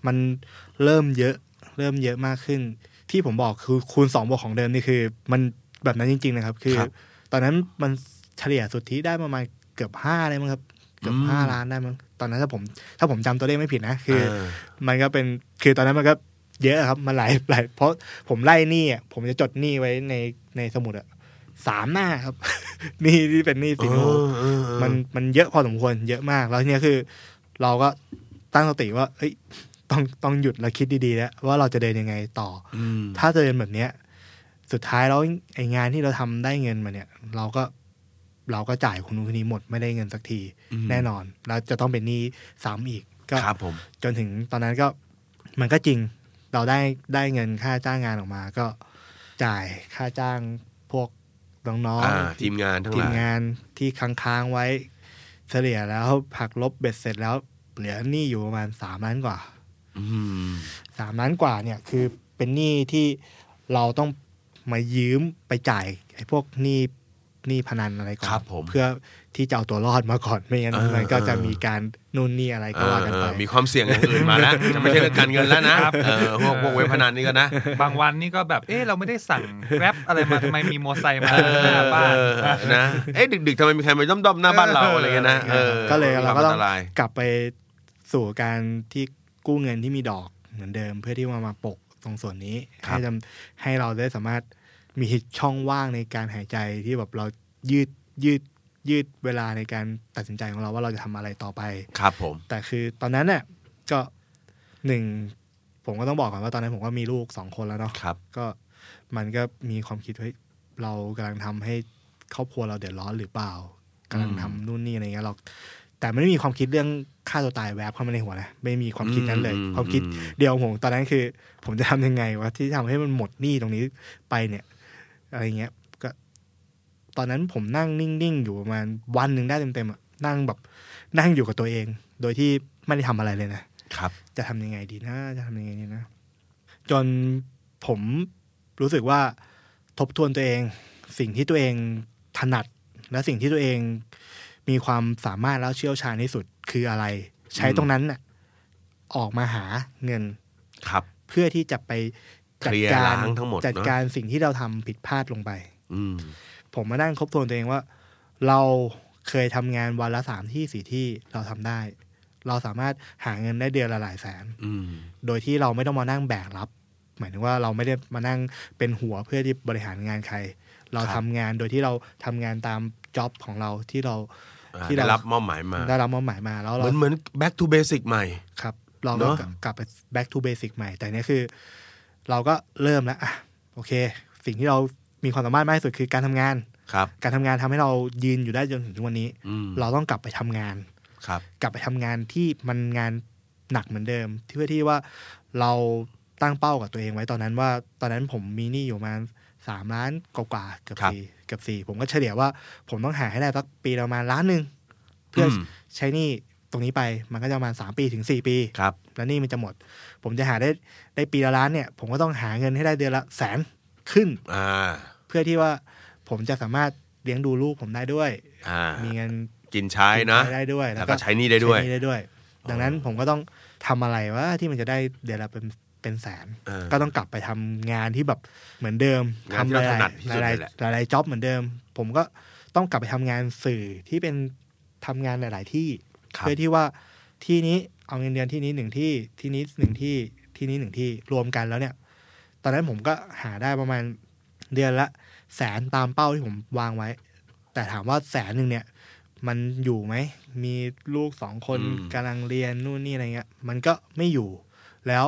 [SPEAKER 4] มันเริ่มเยอะเริ่มเยอะมากขึ้น ที่ผมบอกคือคูณสองบวกของเดิมนี่คือ มันแบบนั้นจริง ๆ นะครับ คือ ตอนนั้นมันเฉลี่ยสุทธิได้ประมาณเกือบห้าเลยมั้งครับเกือบห้าล้านได้มั้งตอนนั้นถ้าผม ถ้าผมจำตัวเลขไม่ผิดนะคือ
[SPEAKER 3] า
[SPEAKER 4] มันก็เป็นคือตอนนั้นมันก็เยอะครับมันหลายหลายเพราะผมไล่หนี้อ่ะผมจะจดหนี้ไว้ในในสมุดอ่ะสามหน้าครับ หนี่ที่เป็นหนี้สินโอ้
[SPEAKER 3] เออเออ
[SPEAKER 4] มันมันเยอะพอสมควรเยอะมากแล้วทีเนี้ยคือ เราก็ตั้งสติว่าเอ้ยต้องต้องหยุดแล้วคิดดีๆแล้วว่าเราจะเดินยังไงต่ออ
[SPEAKER 3] ม
[SPEAKER 4] ถ้าเดินแบบเนี้ย สุดท้ายแล้วไองานที่เราทำได้เงินมาเนี่ย เราก็เราก็จ่ายคนนู้นคนนี้หมดไม่ได้เงินสักที แน่นอนแล้วจะต้องเป็นหนี้ซ้ำอีกก็
[SPEAKER 3] ครับผม
[SPEAKER 4] จนถึงตอนนั้นก็มันก็จริง เราได้ได้เงินค่าจ้างงานออกมา ก็จ่ายค่าจ้างพวกน้อง
[SPEAKER 3] อ่า
[SPEAKER 4] ๆ
[SPEAKER 3] ทีมงานทั้ง
[SPEAKER 4] ที
[SPEAKER 3] ห
[SPEAKER 4] ม
[SPEAKER 3] ลาย
[SPEAKER 4] งานที่ค้างๆไว้ เฉลี่ยแล้วหักลบเบ็ดเสร็จแล้วเหลือหนี้อยู่ประมาณสามล้านกว่า
[SPEAKER 3] อืม
[SPEAKER 4] สามล้านกว่าเนี่ยคือเป็นหนี้ที่เราต้องมายืมไปจ่ายไอ้พวกหนี้หนี้พนันอะไรก่อน
[SPEAKER 3] ครับผม
[SPEAKER 4] เพื่อที่จะเอาตัวรอดมาก่อนไม่งั้น
[SPEAKER 3] เออ
[SPEAKER 4] มันก็จะ
[SPEAKER 3] เออ
[SPEAKER 4] มีการนู่นนี่อะไรก็
[SPEAKER 3] เออ
[SPEAKER 4] ว่ากัน
[SPEAKER 3] เอ
[SPEAKER 4] ไป
[SPEAKER 3] อมีความเสี่ยงอย่างอื่นมาแล้วจะไม่ใช่เรื่องการเงินแล้วนะครับ เออพวกพวกเว็บพนันนี่ก็นะ
[SPEAKER 2] บางวันนี่ก็แบบ เอ๊ะ เราไม่ได้สั่งแกร็บอะไรมาทำไมมีมอไซค์มาห
[SPEAKER 3] เอ
[SPEAKER 2] น้า
[SPEAKER 3] อ
[SPEAKER 2] บ้าน
[SPEAKER 3] เออนะ เอ๊ะดึกๆทำไมมีใครมาด้อมๆหน้าบ้านเราอะไรเงี้ยนะเออ
[SPEAKER 4] ก็เลยเราก็
[SPEAKER 3] ควม
[SPEAKER 4] ต้
[SPEAKER 3] อั
[SPEAKER 4] อ
[SPEAKER 3] น
[SPEAKER 4] ง
[SPEAKER 3] ตราย
[SPEAKER 4] กลับไปสู่การที่กู้เงินที่มีดอกเหมือนเดิม เพื่อที่มามาปกตรงส่วนนี้ให้ทำให้เราได้สามารถมีช่องว่างในการหายใจที่แบบเรายืดยืดยืดเวลาในการตัดสินใจของเราว่าเราจะทำอะไรต่อไป
[SPEAKER 3] ครับผม
[SPEAKER 4] แต่คือตอนนั้นเนี่ยก็หนึ่งผมก็ต้องบอกก่อนว่าตอนนั้นผมก็มีลูกสองคนแล้วเนาะ
[SPEAKER 3] ครับ
[SPEAKER 4] ก็มันก็มีความคิดว่าเฮ้ยเรากำลังทำให้ครอบครัวเราเดือดร้อนหรือเปล่ากำลังทำนู่นนี่อะไรเงี้ยเราแต่ไม่ได้มีความคิดเรื่องฆ่าตัวตายแวบเข้ามาในหัวนะไม่มีความคิดนั้นเลย
[SPEAKER 3] อืม
[SPEAKER 4] ความคิด
[SPEAKER 3] อืม
[SPEAKER 4] เดียวของผมตอนนั้นคือ ผมจะทำยังไงวะที่ทำให้มันหมดหนี้ตรงนี้ไปเนี่ย อะไรเงี้ยก็ ตอนนั้นผมนั่งนิ่งๆอยู่ประมาณวันหนึ่งได้เต็มๆอะนั่งแบบนั่งอยู่กับตัวเอง โดยที่ไม่ได้ทำอะไรเลยนะ
[SPEAKER 3] ครับ
[SPEAKER 4] จะทำยังไงดีนะจะทำยังไงดีนะ จนผมรู้สึกว่าทบทวนตัวเอง สิ่งที่ตัวเองถนัด และสิ่งที่ตัวเองมีความสามารถแล้วเชี่ยวชาญที่สุดคืออะไร ใช้ตรงนั้นน่ะออกมาหาเงิน
[SPEAKER 3] ครับ
[SPEAKER 4] เพื่อที่จะไปจัด
[SPEAKER 3] เคลียร์
[SPEAKER 4] การ
[SPEAKER 3] ล้างทั้งหมดเนอะ
[SPEAKER 4] จัดการสิ่งที่เราทำผิดพลาดลงไป
[SPEAKER 3] อืม
[SPEAKER 4] ผมมานั่งทบทวนตัวเองว่า เราเคยทำงานวันละสามที่สี่ที่เราทำได้ เราสามารถหาเงินได้เดือนละหลายแสน
[SPEAKER 3] อืม
[SPEAKER 4] โดยที่เราไม่ต้องมานั่งแบกรับ หมายถึงว่าเราไม่ได้มานั่งเป็นหัวเพื่อที่บริหารงานใคร เรา
[SPEAKER 3] ครับ
[SPEAKER 4] ทำงานโดยที่เราทำงานตามจ็อบของเราที่เรา
[SPEAKER 3] อ่า
[SPEAKER 4] ที่
[SPEAKER 3] ได้
[SPEAKER 4] เรา
[SPEAKER 3] รับมอบหมายมา
[SPEAKER 4] ได้รับมอบหมายมาแล้ว
[SPEAKER 3] เห
[SPEAKER 4] เรา
[SPEAKER 3] มือนเหมือน back to basic ใหม่
[SPEAKER 4] ครับเรา
[SPEAKER 3] เน
[SPEAKER 4] ก็
[SPEAKER 3] อะ
[SPEAKER 4] กลับกลับไป back to basic ใหม่ แต่เนี้ยคือ เราก็เริ่มแล้วอ่ะโอเค สิ่งที่เรามีความสามารถมากที่สุดคือการทำงาน
[SPEAKER 3] ครับ
[SPEAKER 4] การทำงานทำให้เรายืนอยู่ได้จนถึงทุกวันนี้
[SPEAKER 3] อืม
[SPEAKER 4] เราต้องกลับไปทำงาน
[SPEAKER 3] ครับ
[SPEAKER 4] กลับไปทำงานที่มันงานหนักเหมือนเดิม ที่เพื่อที่ว่าเราตั้งเป้ากับตัวเองไว้ตอนนั้นว่า ตอนนั้นผมมีหนี้อยู่ประมาณสามล้านกว่าๆเกือบ
[SPEAKER 3] ครับ
[SPEAKER 4] สี่เกือบสี่ผมก็เฉลี่ยว่า ผมต้องหาให้ได้สักปีละประมาณล้านหนึ่งเพื่ออ
[SPEAKER 3] ม
[SPEAKER 4] ใช้หนี้ตรงนี้ไปมันก็จะประมาณสามปีถึงสี่ปี
[SPEAKER 3] ครับ
[SPEAKER 4] แล้วหนี่มันจะหมด ผมจะหาได้ได้ปีละล้านเนี่ย ผมก็ต้องหาเงินให้ได้เดือนละแสนขึ้น
[SPEAKER 3] อ่า
[SPEAKER 4] เพื่อที่ว่าผมจะสามารถเลี้ยงดูลูกผมได้ด้วย
[SPEAKER 3] อ่า
[SPEAKER 4] มีเงิน
[SPEAKER 3] กินใช้นะ
[SPEAKER 4] ใช้ได้ด้วย
[SPEAKER 3] แล้วก็ใช้หนี้ได้ด้วย
[SPEAKER 4] ใช้หนี้ได้ด้วย ดังนั้นผมก็ต้องทำอะไรวะที่มันจะได้เดือนละเป็นเป็นแสน
[SPEAKER 3] เออ
[SPEAKER 4] ก็ต้องกลับไปทำงานที่แบบเหมือนเดิม
[SPEAKER 3] งานที่
[SPEAKER 4] ทำ
[SPEAKER 3] เรา
[SPEAKER 4] ห
[SPEAKER 3] ถ
[SPEAKER 4] ลา
[SPEAKER 3] นัดที่สุ
[SPEAKER 4] ย
[SPEAKER 3] ด
[SPEAKER 4] หลาย
[SPEAKER 3] เลยแหละ
[SPEAKER 4] หลายหลายจ็อบเหมือนเดิม ผมก็ต้องกลับไปทำงานสื่อที่เป็นทำงานหลาย ๆ ที่
[SPEAKER 3] ครับ
[SPEAKER 4] เพื่อที่ว่าที่นี้เอาเงินเดือนที่นี้หนึ่งที่ที่นี้หนึ่งที่ที่นี้หนึ่งที่รวมกันแล้วเนี่ย ตอนนั้นผมก็หาได้ประมาณเดือนละแสนตามเป้าที่ผมวางไว้ แต่ถามว่าแสนหนึ่งเนี่ย มันอยู่ไหม มีลูกสองคน
[SPEAKER 3] อืม
[SPEAKER 4] กำลังเรียนนู่นนี่อะไรเงี้ย มันก็ไม่อยู่ แล้ว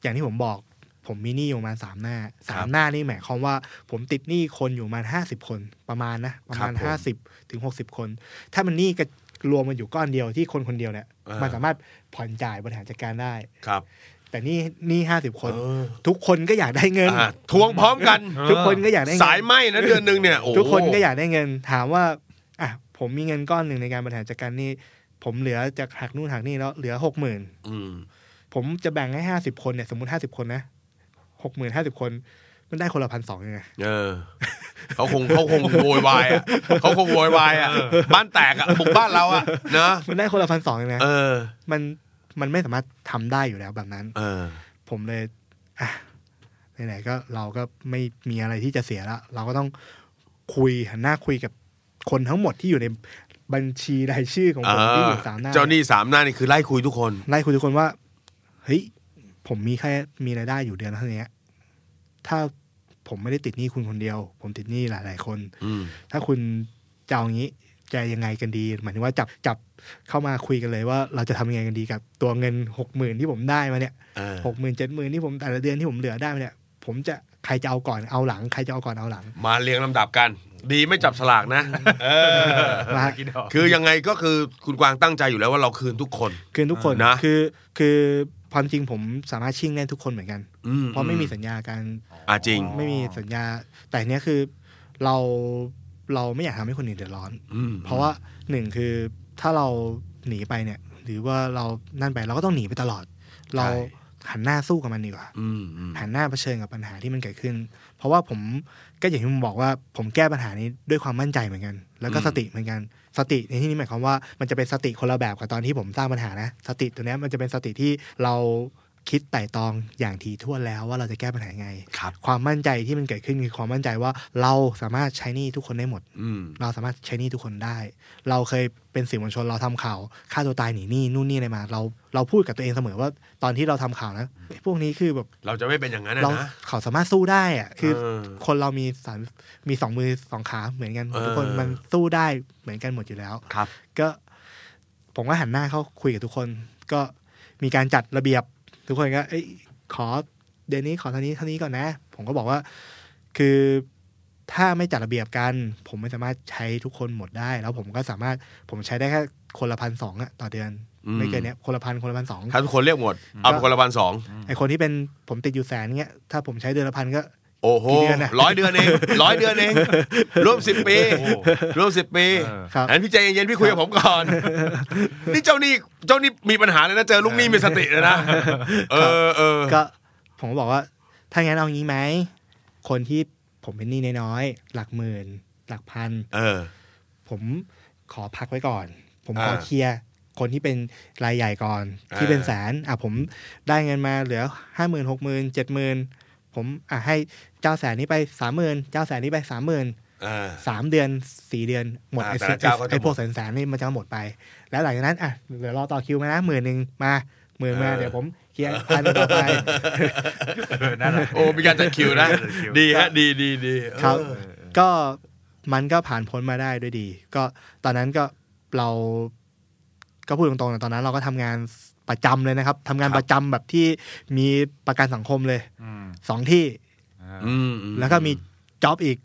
[SPEAKER 4] อย่างที่ผมบอก ผมมีหนี้อยู่ประมาณสามหน้าสามหน้านี่หมายความว่า ผมติดหนี้คนอยู่ประมาณห้าสิบคนประมาณนะ ประมาณ
[SPEAKER 3] ครับผม
[SPEAKER 4] ห้าสิบถึงหกสิบคน ถ้ามันหนี้ก็รวมมันอยู่ก้อนเดียวที่คนคนเดียวเนี่ย
[SPEAKER 3] อ่ามั
[SPEAKER 4] มันสามารถผ่อนจ่ายบริหารจัดการได้
[SPEAKER 3] ครับ
[SPEAKER 4] แต่นี่หนี้ห้าสิบคน
[SPEAKER 3] เออ
[SPEAKER 4] ทุกคนก็อยากได้เงิน
[SPEAKER 3] อ่าทวงพร้อมกัน
[SPEAKER 2] เออ
[SPEAKER 4] ทุกคนก็อยากได้เงิน
[SPEAKER 3] สายไหมนะเดือนหนึ่งเนี่ยโอ้
[SPEAKER 4] ทุกคนก็อยากได้เงิน ถามว่าอ่ะผมมีเงินก้อนหนึ่งในการบริหารจัดการหนี่ ผมเหลือจากหักนู่นหักนี่แล้วเหลือหกหมื่น
[SPEAKER 3] อืม
[SPEAKER 4] ผมจะแบ่งให้ห้าสิบคนเนี่ยสมมติห้าสิบคนนะหกหมื่นห้าสิบคน มันได้คนละพันสองไง
[SPEAKER 3] เออ เขาคงเขาคงโวยวายอ่ะเขาคงโวยวายอ่ะบ้านแตกอ่ะบุกบ้านเราอ่ะนะ
[SPEAKER 4] มันได้คนละพันสองเองนะ
[SPEAKER 3] เออ
[SPEAKER 4] มันมันไม่สามารถทำได้อยู่แล้วแบบนั้น
[SPEAKER 3] เออ
[SPEAKER 4] ผมเลยอ่ะไหนๆก็เราก็ไม่มีอะไรที่จะเสียละเราก็ต้องคุยหันหน้าคุยกับคนทั้งหมดที่อยู่ในบัญชีรายชื่อของ
[SPEAKER 3] เอ
[SPEAKER 4] ผมที่อ
[SPEAKER 3] อยู่
[SPEAKER 4] สามหน้า
[SPEAKER 3] เจ้าหนี้สามหน้านี่คือไล่คุยทุกคน
[SPEAKER 4] ไล่คุยทุกคนว่า เฮ้ย ผมมีแค่มีรายได้อยู่เดือนเท่านี้ ถ้าผมไม่ได้ติดหนี้คุณคนเดียว ผมติดหนี้หลาย ๆ คน
[SPEAKER 3] อืม
[SPEAKER 4] ถ้าคุณจะเอางี้จะยังไงกันดีหมายถึงว่าจับจับเข้ามาคุยกันเลยว่าเราจะทำยังไงกันดีกับ ตัวเงินหกหมื่นที่ผมได้มาเนี่ย
[SPEAKER 3] เออ
[SPEAKER 4] หกหมื่นเจ็ดหมื่นที่ผมแต่ละเดือนที่ผมเหลือได้มาเนี่ย ผมจะใครจะเอาก่อนเอาหลังใครจะเอาก่อนเอาหลัง
[SPEAKER 3] มาเรียงลำดับกัน ดีไม่จับสลากนะเออ
[SPEAKER 4] มา
[SPEAKER 2] กี่ดอก
[SPEAKER 3] คือยังไงก็คือคุณกวางตั้งใจอยู่แล้วว่าเราคืนทุกคน
[SPEAKER 4] คืนทุกคน
[SPEAKER 3] นะ
[SPEAKER 4] คือคือความจริงผมสามารถชิ่งได้ทุกคนเหมือนกัน
[SPEAKER 3] อื
[SPEAKER 4] เพราะไม่มีสัญญาการ
[SPEAKER 3] อ่ะจริง
[SPEAKER 4] ไม่มีสัญญา แต่เนี้ยคือเราเราไม่อยากทำให้คนอื่นเดือดร้อน
[SPEAKER 3] อืม
[SPEAKER 4] เพราะว่าหนึ่งคือถ้าเราหนีไปเนี่ย หรือว่าเรานั่นไปเราก็ต้องหนีไปตลอด เราหันหน้าสู้กับมันดีกว่า
[SPEAKER 3] อืมอืม
[SPEAKER 4] หันหน้าเผชิญกับปัญหาที่มันเกิดขึ้น เพราะว่าผมก็อย่างที่ผมบอกว่าผมแก้ปัญหานี้ด้วยความมั่นใจเหมือนกัน แล้วก็สติเหมือนกัน สติในที่นี้หมายความว่ามันจะเป็นสติคนละแบบกับตอนที่ผมสร้างปัญหานะ สติตัวเนี้ยมันจะเป็นสติที่เราคิดไต่ตองอย่างถี่ถ้วนแล้วว่าเราจะแก้ปัญหายังไง
[SPEAKER 3] ครับ
[SPEAKER 4] ความมั่นใจที่มันเกิดขึ้นคือความมั่นใจว่าเราสามารถใช้หนี้ทุกคนได้หมด
[SPEAKER 3] อืม
[SPEAKER 4] เราสามารถใช้หนี้ทุกคนได้ เราเคยเป็นสื่อมวลชนเราทำข่าวฆ่าตัวตายหนีหนี้นู่นนี่อะไรมา เราเราพูดกับตัวเองเสมอว่าตอนที่เราทำข่าวนะไอ้พวกนี้คือแบบ
[SPEAKER 3] เราจะไม่เป็นอย่างนั้นนะ
[SPEAKER 4] เรา
[SPEAKER 3] นะ
[SPEAKER 4] เขาสามารถสู้ได้อะคือ
[SPEAKER 3] เออ
[SPEAKER 4] คนเรามีสามมีสองมือสองขาเหมือนกัน
[SPEAKER 3] เออ
[SPEAKER 4] ทุกคนมันสู้ได้เหมือนกันหมดอยู่แล้ว
[SPEAKER 3] ครับ
[SPEAKER 4] ก็ผมก็หันหน้าเข้าคุยกับทุกคน ก็มีการจัดระเบียบ ทุกคนก็เอ้ยขอเดือนนี้ขอเท่านี้เท่านี้ก่อนนะ ผมก็บอกว่า คือถ้าไม่จัดระเบียบกัน ผมไม่สามารถใช้ทุกคนหมดได้ แล้วผมก็สามารถผมใช้ได้แค่คนละพันสองอะต่อเดือน
[SPEAKER 3] อืม
[SPEAKER 4] ไม่เกินเนี้ยคนละพันคนละพันสอง
[SPEAKER 3] ถ้าทุกคนเรียกหมด เอาไปคนละพันสอง
[SPEAKER 4] ไอคนที่เป็นผมติดอยู่แสนเงี้ยถ้าผมใช้เดือนละพันก็
[SPEAKER 3] โอ้โห
[SPEAKER 4] กี่เดือนน่ะ
[SPEAKER 3] ร้อยเดือนเอง ร้อยเดือนเองรวมสิบปี
[SPEAKER 2] โอ้
[SPEAKER 3] รวมสิบปี
[SPEAKER 2] เออ
[SPEAKER 4] ครับ
[SPEAKER 3] อันพี่ใจเย็นๆพี่คุยกับผมก่อน นี่เจ้าหนี่เจ้าหนี่มีปัญหาเลยนะเจอลูกหนี่มีสติเลยนะเออเออ
[SPEAKER 4] ก็ผมก็บอกว่า ถ้างั้นเอางี้ไหม คนที่ผมเป็นหนี้น้อยๆหลักหมื่น หลักพัน
[SPEAKER 3] เออ
[SPEAKER 4] ผมขอพักไว้ก่อน ผมขอ
[SPEAKER 3] อ่า
[SPEAKER 4] เคลียร์คนที่เป็นรายใหญ่ก่อน
[SPEAKER 3] อ่า
[SPEAKER 4] ที่เป็นแสนอ่ะผมได้เงินมาเหลือห้าหมื่นหกหมื่นเจ็ดหมื่นผมอ่ะให้เจ้าแสนนี้ไปสามหมื่นเจ้าแสนนี้ไปสามหมื่น
[SPEAKER 3] เออ
[SPEAKER 4] สามเดือนสี่เดือนหมด
[SPEAKER 3] อ่า
[SPEAKER 4] ไอ้
[SPEAKER 3] แต่
[SPEAKER 4] สิ
[SPEAKER 3] ละเจ้าก็จะ
[SPEAKER 4] ไอ้พว
[SPEAKER 3] ห
[SPEAKER 4] ก
[SPEAKER 3] มด
[SPEAKER 4] แสนแสนนี่มันจะหมดไป แล้วหลังจากนั้นอ่ะเหลือรอต่อคิวมานะหมื่นหนึ่งมาหมื่นมา
[SPEAKER 3] เออ
[SPEAKER 4] เดี๋ยวผมเคลียร์พันต่อไป
[SPEAKER 2] เออน่ารัก
[SPEAKER 3] โอ้มีการจัดคิวนะ
[SPEAKER 2] จัดคิว
[SPEAKER 3] ดีฮะดีดีดีเออ
[SPEAKER 4] ครับก็มันก็ผ่านพ้นมาได้ด้วยดี ก็ตอนนั้นก็เราก็พูดตรงๆนะตอนนั้นเราก็ทำงานประจำเลยนะครับทำงานประจำแบบที่มีประกันสังคมเลย
[SPEAKER 2] อืม
[SPEAKER 4] สองที่
[SPEAKER 2] อ่า
[SPEAKER 3] อืมอื
[SPEAKER 4] แล้วก็มีจ็อบอีก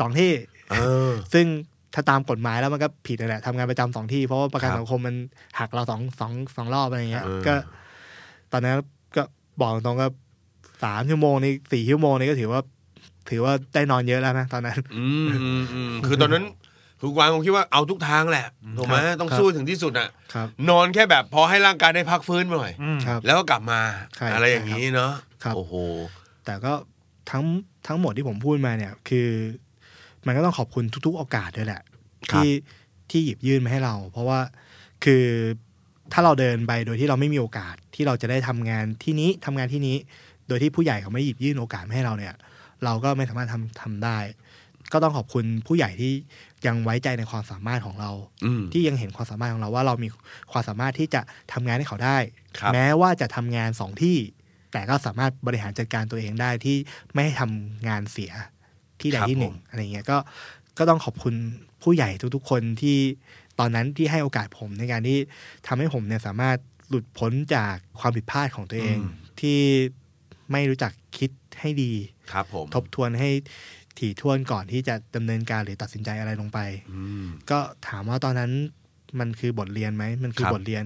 [SPEAKER 4] สองที่
[SPEAKER 3] เออ
[SPEAKER 4] ซึ่งถ้าตามกฎหมายแล้วมันก็ผิดนั่นแหละทำงานประจำสองที่ เพราะว่าประกัน
[SPEAKER 3] ครับ
[SPEAKER 4] สังคมมันหักเราสองสองสองรอบอะไรเงี้ย
[SPEAKER 3] เออ
[SPEAKER 4] ก็ ตอนนั้นก็บอกตรงๆก็สามชั่วโมงนี่สี่ชั่วโมงนี่ก็ถือว่า ถือว่าได้นอนเยอะแล้วนะตอนนั้น
[SPEAKER 3] อืมอืมอืมคือตอนนั้นคือกวางคงคิดว่าเอาทุกทางแหละถูกไหม
[SPEAKER 4] ครับ
[SPEAKER 3] ต้อง
[SPEAKER 4] ครับ
[SPEAKER 3] สู้ถึงที่สุดอ่ะ
[SPEAKER 4] ครับ
[SPEAKER 3] นอนแค่แบบพอให้ร่างกายได้พักฟื้นหน่อย
[SPEAKER 2] อืม
[SPEAKER 4] ครับ
[SPEAKER 3] แล้วก็กลับมา
[SPEAKER 4] ใช่
[SPEAKER 3] อะไรอย่างนี้เนาะ
[SPEAKER 4] ครับ
[SPEAKER 3] โอ้โห
[SPEAKER 4] แต่ก็ทั้งทั้งหมดที่ผมพูดมาเนี่ย คือ มันก็ต้องขอบคุณทุก ๆ โอกาสด้วยแหละ
[SPEAKER 3] ครับ
[SPEAKER 4] ที่ที่หยิบยื่นมาให้เรา เพราะว่าคือถ้าเราเดินไปโดยที่เราไม่มีโอกาสที่เราจะได้ทำงานที่นี้ทำงานที่นี้ โดยที่ผู้ใหญ่เขาไม่หยิบยื่นโอกาสมาให้เราเนี่ย เราก็ไม่สามารถทำทำได้ ก็ต้องขอบคุณผู้ใหญ่ที่ยังไว้ใจในความสามารถของเรา
[SPEAKER 3] อืม
[SPEAKER 4] ที่ยังเห็นความสามารถของเราว่าเรามีความสามารถที่จะทำงานให้เขาได้
[SPEAKER 3] ครับ
[SPEAKER 4] แม้ว่าจะทำงานสองที่ แต่ก็สามารถบริหารจัดการตัวเองได้ที่ไม่ให้ทำงานเสียที่ใดที่หนึ่งอะไรเงี้ยก็ก็ต้องขอบคุณผู้ใหญ่ทุกๆ คนที่ตอนนั้นที่ให้โอกาสผมในการที่ทำให้ผมเนี่ยสามารถหลุดพ้นจากความผิดพลาดของตัวเอง ที่ไม่รู้จักคิดให้ดี
[SPEAKER 3] ครับผม
[SPEAKER 4] ทบทวนให้ถี่ถ้วนก่อนที่จะดำเนินการหรือตัดสินใจอะไรลงไป
[SPEAKER 3] อืม
[SPEAKER 4] ก็ถามว่าตอนนั้นมันคือบทเรียนไหม มันคือ
[SPEAKER 3] ครับ
[SPEAKER 4] บทเรียน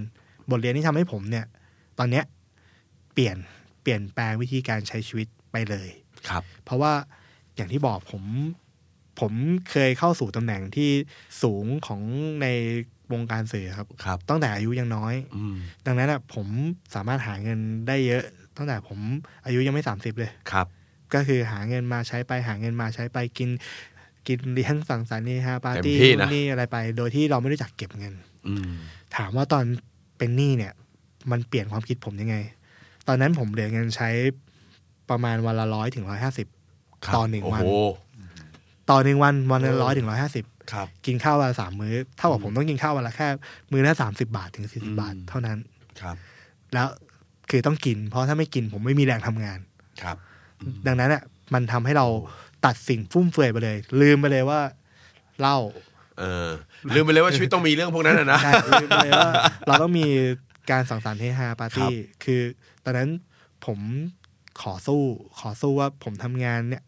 [SPEAKER 4] บทเรียนที่ทำให้ผมเนี่ย ตอนเนี้ยเปลี่ยนเปลี่ยนแปลงวิธีการใช้ชีวิตไปเลย
[SPEAKER 3] ครับ
[SPEAKER 4] เพราะว่าอย่างที่บอกผม ผมเคยเข้าสู่ตำแหน่งที่สูงของในวงการสื่อครับ
[SPEAKER 3] ครับ
[SPEAKER 4] ตั้งแต่อายุยังน้อย
[SPEAKER 3] อืม
[SPEAKER 4] ดังนั้นอ่ะผมสามารถหาเงินได้เยอะ ตั้งแต่ผมอายุยังไม่ 30 เลย
[SPEAKER 3] ครับ
[SPEAKER 4] ก็คือหาเงินมาใช้ไปหาเงินมาใช้ไปกิน กินเลี้ยงสังสรรค์นี่ฮะปาร์ตี้
[SPEAKER 3] เต็มที่นะ
[SPEAKER 4] นู่นนี่อะไรไป โดยที่เราไม่รู้จักเก็บเงิน
[SPEAKER 3] อืม
[SPEAKER 4] ถามว่าตอนเป็นหนี้เนี่ย มันเปลี่ยนความคิดผมยังไง ตอนนั้นผมเหลือเงินใช้ประมาณวันละร้อยถึงร้อยห้าสิบ
[SPEAKER 3] ครับ
[SPEAKER 4] ตอนหนึ่งวัน
[SPEAKER 3] โอ้โห
[SPEAKER 4] ต่อหนึ่งวันวันละ
[SPEAKER 3] เอ
[SPEAKER 4] ร้อ
[SPEAKER 3] อ
[SPEAKER 4] ยถึงร้อยห้าสิบ
[SPEAKER 3] ครับ
[SPEAKER 4] กินข้าววันละสามมื้อเท่ากับผมต้องกินข้าววันละแค่มื้อละสามสิบาทถึงสี่
[SPEAKER 3] อื
[SPEAKER 4] สิ
[SPEAKER 3] ม
[SPEAKER 4] บาท เท่านั้น
[SPEAKER 3] ครับ
[SPEAKER 4] แล้วคือต้องกิน เพราะถ้าไม่กินผมไม่มีแรงทำงาน
[SPEAKER 3] ครับ
[SPEAKER 4] ดังนั้นอ่ะมันทำให้เราตัดสิ่งฟุ่มเฟือยไปเลย ลืมไปเลยว่าเหล้า
[SPEAKER 3] เออ ลืมไปเลยว่าชีวิตต้องมีเรื่องพวกนั้นอะนะ
[SPEAKER 4] ใช่ลืมไปเลยว่าเราต้องมีการสังสรรค์เฮฮาปาร์ตี้ คือตอนนั้นผมขอสู้ ขอสู้ว่าผมทำงานเนี่ย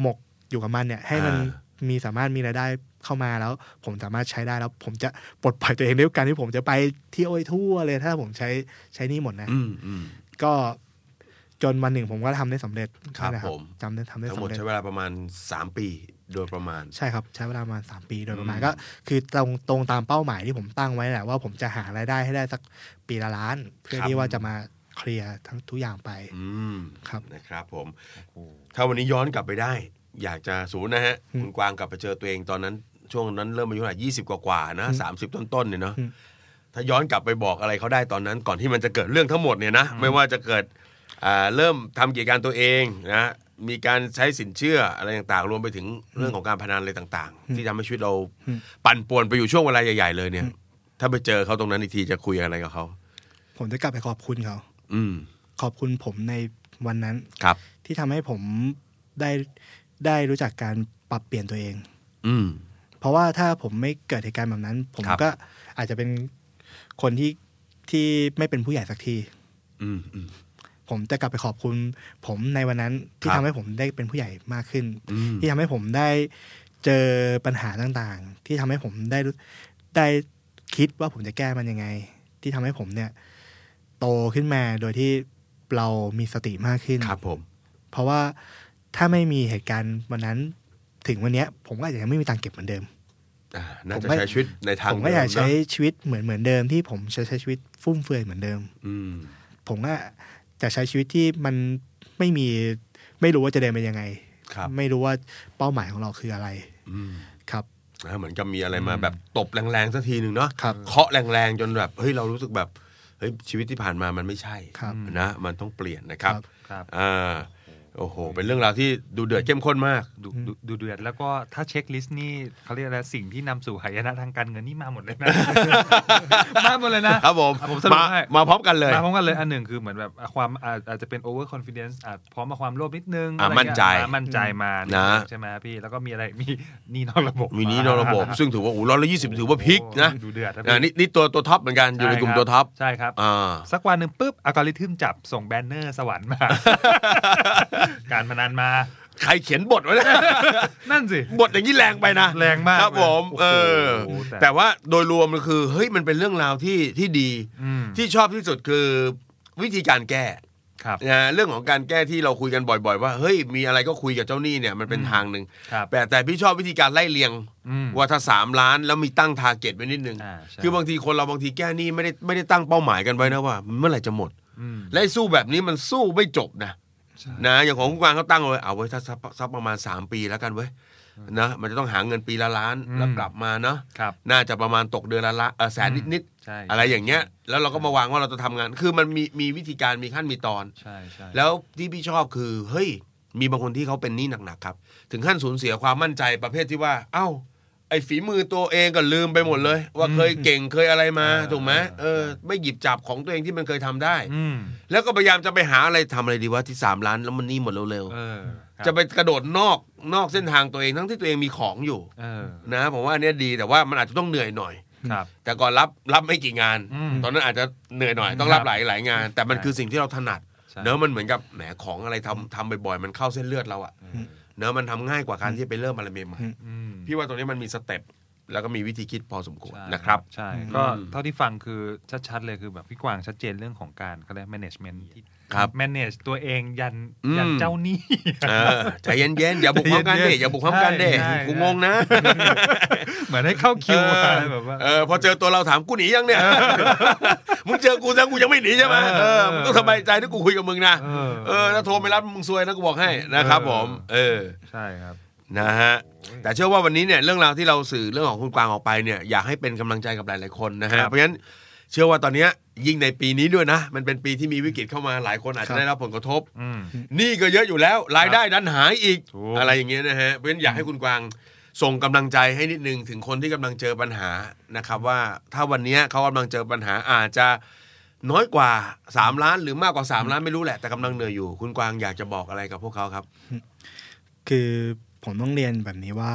[SPEAKER 4] หมกอยู่กับมันเนี่ย ให้มัน
[SPEAKER 3] อ่
[SPEAKER 4] มีสามารถมีรายได้เข้ามาแล้ว ผมสามารถใช้ได้แล้ว ผมจะปลดปล่อยตัวเองด้วยการที่ผมจะไปเที่ยวไอ้ทั่วเลย ถ้าผมใช้ใช้หนี่หมดนะ
[SPEAKER 3] ืมอืม
[SPEAKER 4] ก็จ จนวันหนึ่งผมก็ทำได้สำเร็จ
[SPEAKER 3] ครับ
[SPEAKER 4] นะ
[SPEAKER 3] ผม
[SPEAKER 4] จำได้ทำได้
[SPEAKER 3] ทั้งหม
[SPEAKER 4] สำ
[SPEAKER 3] ด
[SPEAKER 4] เร็จ
[SPEAKER 3] ใช้เวลาประมาณ 3 ปีโดยประมาณ
[SPEAKER 4] ใช่ครับ ใช้เวลาประมาณสามปีโดยประมา
[SPEAKER 3] อื
[SPEAKER 4] ณ
[SPEAKER 3] ม
[SPEAKER 4] ก็ คือตรงตรงตามเป้าหมายที่ผมตั้งไว้แหละว่าผมจะหารายได้ให้ได้สักปีละล้าน เพื่อที่ว่าจะมาเคลียร์ทั้งทุกอย่างไป
[SPEAKER 3] อืม
[SPEAKER 4] ครับ
[SPEAKER 3] นะครับผม ถ้าวันนี้ย้อนกลับไปได้ อยากจะสูนย์นะฮะคุณกวางกลับไปเจอตัวเองตอนนั้น ช่วงนั้นเริ่มอายุหน่อยยี่สิบกว่าๆนะสามสิบต้นๆเนี่ยเนาะ
[SPEAKER 4] อืม
[SPEAKER 3] ถ้าย้อนกลับไปบอกอะไรเขาได้ตอนนั้น ก่อนที่มันจะเกิดเรื่องทั้งหมดเนี่ยนะไม่ว่าจะเกิดอ่าเริ่มทำกิจการตัวเองนะมีการใช้สินเชื่ออะไรต่างๆ รวมไปถึงเรื่องของการพนันอะไรต่าง ๆ ที่ทำให้ชีวิตเราปั่นป่วนไปอยู่ช่วงเวลาใหญ่ๆเลยเนี่ย ถ้าไปเจอเขาตรงนั้นอีกทีจะคุยอะไรกับเขา
[SPEAKER 4] ผมจะกลับไปขอบคุณเขา
[SPEAKER 3] อืม
[SPEAKER 4] ขอบคุณผมในวันนั้น
[SPEAKER 3] ครับ
[SPEAKER 4] ที่ทำให้ผมได้ได้รู้จักการปรับเปลี่ยนตัวเอง
[SPEAKER 3] อืม
[SPEAKER 4] เพราะว่าถ้าผมไม่เกิดเหตุการณ์แบบนั้น ผม
[SPEAKER 3] ครับ
[SPEAKER 4] ก็อาจจะเป็นคนที่ที่ไม่เป็นผู้ใหญ่สักที
[SPEAKER 3] อืมอืม
[SPEAKER 4] ผมจะกลับไปขอบคุณผมในวันนั้นที่
[SPEAKER 3] ครั
[SPEAKER 4] ทำ
[SPEAKER 3] บ
[SPEAKER 4] ให้ผมได้เป็นผู้ใหญ่มากขึ้น
[SPEAKER 3] อืม
[SPEAKER 4] ที่ทำให้ผมได้เจอปัญหาต่างๆ ที่ทำให้ผมได้รู้ได้คิดว่าผมจะแก้มันยังไง ที่ทำให้ผมเนี่ย โตขึ้นมาโดยที่เรามีสติมากขึ้น
[SPEAKER 3] ครับผม
[SPEAKER 4] เพราะว่าถ้าไม่มีเหตุการณ์วันนั้นถึงวันเนี้ย ผมก็อาจจะยังไม่มีตังค์เก็บเหมือนเดิม
[SPEAKER 3] อ่าน่า
[SPEAKER 4] ผ
[SPEAKER 3] จะ
[SPEAKER 4] มก็
[SPEAKER 3] ใช้ชีวิตในทาง
[SPEAKER 4] ผมก็อยาก
[SPEAKER 3] เดิ
[SPEAKER 4] ใช้
[SPEAKER 3] เนอะ
[SPEAKER 4] ชีวิตเหมือนเหมือนเดิมที่ผมใช้ใช้ชีวิตฟุ่มเฟือยเหมือนเดิม
[SPEAKER 3] อืม
[SPEAKER 4] ผมก็จะใช้ชีวิตที่มันไม่มีไม่รู้ว่าจะเดินไปยังไง
[SPEAKER 3] ครับ
[SPEAKER 4] ไม่รู้ว่าเป้าหมายของเราคืออะไร
[SPEAKER 3] อืม
[SPEAKER 4] ครับ
[SPEAKER 3] นะเหมือนกับมีอะไรมาแบบตบแรงๆสักทีหนึ่งเนาะ
[SPEAKER 4] ครับ
[SPEAKER 3] เคาะแรงๆจนแบบเฮ้ยเรารู้สึกแบบเฮ้ยชีวิตที่ผ่านมามันไม่ใช่
[SPEAKER 4] ครับ
[SPEAKER 3] นะมันต้องเปลี่ยนนะครับ
[SPEAKER 4] ครับ
[SPEAKER 2] ครับ
[SPEAKER 3] อ่าโอ้โห เป็นเรื่องราวที่ดูเดือดเข้มข้นมาก
[SPEAKER 2] ดูดูดูเดือดแล้วก็ถ้าเช็คลิสต์นี่เขาเรียกอะไรสิ่งที่นำสู่หายนะทางการเงินนี่มาหมดเลย นะ มาหมดเลยนะ
[SPEAKER 3] ครับผม
[SPEAKER 2] ผมสรุป
[SPEAKER 3] มา
[SPEAKER 2] ให้
[SPEAKER 3] มาพร้อมกันเลย
[SPEAKER 2] มาพร้อมกันเลยอันหนึ่งคือเหมือนแบบความอาจอาจจะเป็น over confidence อาจพร้อมมาความโลภนิดนึง
[SPEAKER 3] อ่ะ
[SPEAKER 2] อะไรเงี้ย
[SPEAKER 3] มั่นใจ
[SPEAKER 2] อ่ะมั่นใจมา
[SPEAKER 3] นะ
[SPEAKER 2] ใช่ไหมพี่แล้วก็มีอะไรมีหนี่นอกระบบ
[SPEAKER 3] มีหนี้นอกระบบ ซึ่งถือว่าโอ้ร้อยละยี่สิบถือว่าพลิกนะ
[SPEAKER 2] ดูเดือดครับ
[SPEAKER 3] อ่านี่นี่ตัวตัวท็อปเหมือนกันอยู่ในกลุ่มตัวท็อป
[SPEAKER 2] ใช่ครับ
[SPEAKER 3] อ่า
[SPEAKER 2] สักวันหนึ่งปุ๊บอัลกอริทึมจับส่งแบนเนอร์สวรร ค์มา การพนันมา
[SPEAKER 3] ใครเขียนบทไว้เนี่ย
[SPEAKER 2] นั่นสิ
[SPEAKER 3] บทอย่างนี้แรงไปนะ
[SPEAKER 2] แรงมาก
[SPEAKER 3] ครับผม
[SPEAKER 2] เลย
[SPEAKER 3] เออ
[SPEAKER 2] โอ้โหแต่
[SPEAKER 3] แต่ว่าโดยรวมก็คือเฮ้ยมันเป็นเรื่องราวที่ที่ดี
[SPEAKER 2] อืม
[SPEAKER 3] ที่ชอบที่สุดคือวิธีการแก้
[SPEAKER 2] ครับ
[SPEAKER 3] นะเรื่องของการแก้ที่เราคุยกันบ่อย ๆ ว่าเฮ้ยมีอะไรก็คุยกับเจ้าหนี้เนี่ยมันเป็นทางหนึ่ง
[SPEAKER 2] ครับ
[SPEAKER 3] แต่แต่พี่ชอบวิธีการไล่เลียง
[SPEAKER 2] อืม
[SPEAKER 3] ว่าถ้าสามล้านแล้วมีตั้งทาร์เก็ตไว้นิดนึง
[SPEAKER 2] อ่าใช่
[SPEAKER 3] คือบางทีคนเราบางทีแก้หนี้ไม่ได้ไม่ได้ตั้งเป้าหมายกันไว้นะว่าเมื่อไหร่จะหมด
[SPEAKER 2] อืม
[SPEAKER 3] และไอ้สู้แบบนี้มันสู้ไม่จบนะนะอย่างของคุณกวางเขาตั้งเอาไว้เอาไว้สักสักสักประมาณ 3 ปีแล้วกันเว้ยนะมันจะต้องหาเงินปีละล้าน
[SPEAKER 2] อืม
[SPEAKER 3] แล้วกลับมาเนาะ
[SPEAKER 2] ครับ
[SPEAKER 3] น่าจะประมาณตกเดือนละละเอ่อแสนนิดนิด
[SPEAKER 2] ใช่
[SPEAKER 3] ๆอะไรอย่างเงี้ย แล้วเราก็มาวางว่าเราจะทำงาน คือมันมีมีวิธีการมีขั้นมีตอน
[SPEAKER 2] ใช่ใช่
[SPEAKER 3] แล้วที่พี่ชอบคือเฮ้ยมีบางคนที่เขาเป็นหนี้หนักๆครับ ถึงขั้นสูญเสียความมั่นใจประเภทที่ว่า เอ้า ไอ้ฝีมือตัวเองก็ลืมไปหมดเลย ว่าเคยเก่งเคยอะไรมาถูกไหมเออ ไม่หยิบจับของตัวเองที่มันเคยทำได้
[SPEAKER 2] อืม
[SPEAKER 3] แล้วก็พยายามจะไปหาอะไรทำอะไรดีวะที่สามล้านแล้วมันหนี่หมดเร็ว
[SPEAKER 2] เออครับ
[SPEAKER 3] ๆจะไปกระโดดนอกนอกเส้นทางตัวเองทั้งที่ตัวเองมีของอยู่
[SPEAKER 2] เออ
[SPEAKER 3] นะผมว่าอันเนี้ยดีแต่ว่ามันอาจจะต้องเหนื่อยหน่อย
[SPEAKER 2] ครับ
[SPEAKER 3] แต่ก่อนรับรับไม่กี่งาน
[SPEAKER 2] อืม
[SPEAKER 3] ตอนนั้นอาจจะเหนื่อยหน่อย ต้อง
[SPEAKER 2] ครั
[SPEAKER 3] รั
[SPEAKER 2] บบ
[SPEAKER 3] หลายหลายงาน แต่มัน
[SPEAKER 2] ใช่
[SPEAKER 3] คือสิ่งที่เราถนัด
[SPEAKER 2] ใช่
[SPEAKER 3] เนอะมันเหมือนกับแหมของอะไรทำทำบ่อยๆมันเข้าเส้นเลือดเราอะเนอะมันทำง่ายกว่าการที่จะไปเริ่มอะไรใหม่
[SPEAKER 2] อืม
[SPEAKER 3] ๆพี่ว่าตรงนี้มันมีสเต็ปแล้วก็มีวิธีคิดพอสมควร
[SPEAKER 2] ใช่
[SPEAKER 3] นะครับ
[SPEAKER 2] ใช่ก็เท่าที่ฟังคือชัดๆเลยคือแบบพี่กวางชัดเจนเรื่องของการเขาเรียก management ที่
[SPEAKER 3] ครับ
[SPEAKER 2] manage ตัวเองยัน
[SPEAKER 3] อืม
[SPEAKER 2] ยันเจ้าหนี้
[SPEAKER 3] เออใจเย็นๆอย่าบุกพร้อมกันเด้อย่าบุกพร้อมกันเด้
[SPEAKER 2] ใช่ใช่
[SPEAKER 3] กูงงนะ
[SPEAKER 2] เหมือนให้เข้าคิวอะไรแบบว่า
[SPEAKER 3] เออพอเจอตัวเราถามกูหนียังเนี่ย มึงเจอกูซะกูยังไม่หนีใช่ไหมเออมึงต้องสบายใจที่กูคุยกับมึงนะ
[SPEAKER 2] เออ
[SPEAKER 3] เออถ้าโทรไม่รับมึงซวยนะกูบอกให้นะครับ
[SPEAKER 2] เออ
[SPEAKER 3] ผม เออ
[SPEAKER 2] ใช่ครับ
[SPEAKER 3] นะฮะแต่เชื่อว่าวันนี้เนี่ยเรื่องราวที่เราสื่อเรื่องของคุณกวางออกไปเนี่ยอยากให้เป็นกำลังใจกับหลาย ๆคนนะฮะ
[SPEAKER 2] ครับ
[SPEAKER 3] เพราะฉะนั้นเชื่อว่าตอนเนี้ยยิ่งในปีนี้ด้วยนะ มันเป็นปีที่มีวิกฤตเข้ามาหลายคนอาจ
[SPEAKER 4] ครั
[SPEAKER 3] จะ
[SPEAKER 4] บ
[SPEAKER 3] ได้รับผลกระทบ
[SPEAKER 2] อืม
[SPEAKER 3] หนี่ก็เยอะอยู่แล้ว รายได้ดันหายอีก
[SPEAKER 2] ถูก
[SPEAKER 3] อะไรอย่างเงี้ยนะฮะเพราะฉะนั้นอยากให้คุณกวางส่งกำลังใจให้นิดนึง ถึงคนที่กำลังเจอปัญหานะครับ ว่าถ้าวันเนี้ยเขากำลังเจอปัญหาอาจจะน้อยกว่า 3 ล้านหรือมากกว่า 3 ล้านไม่รู้แหละแต่กำลังเหนื่อยอยู่ คุณกวางอยากจะบอกอะไรกับพวกเขาครับ
[SPEAKER 4] คือผมต้องเรียนแบบนี้ว่า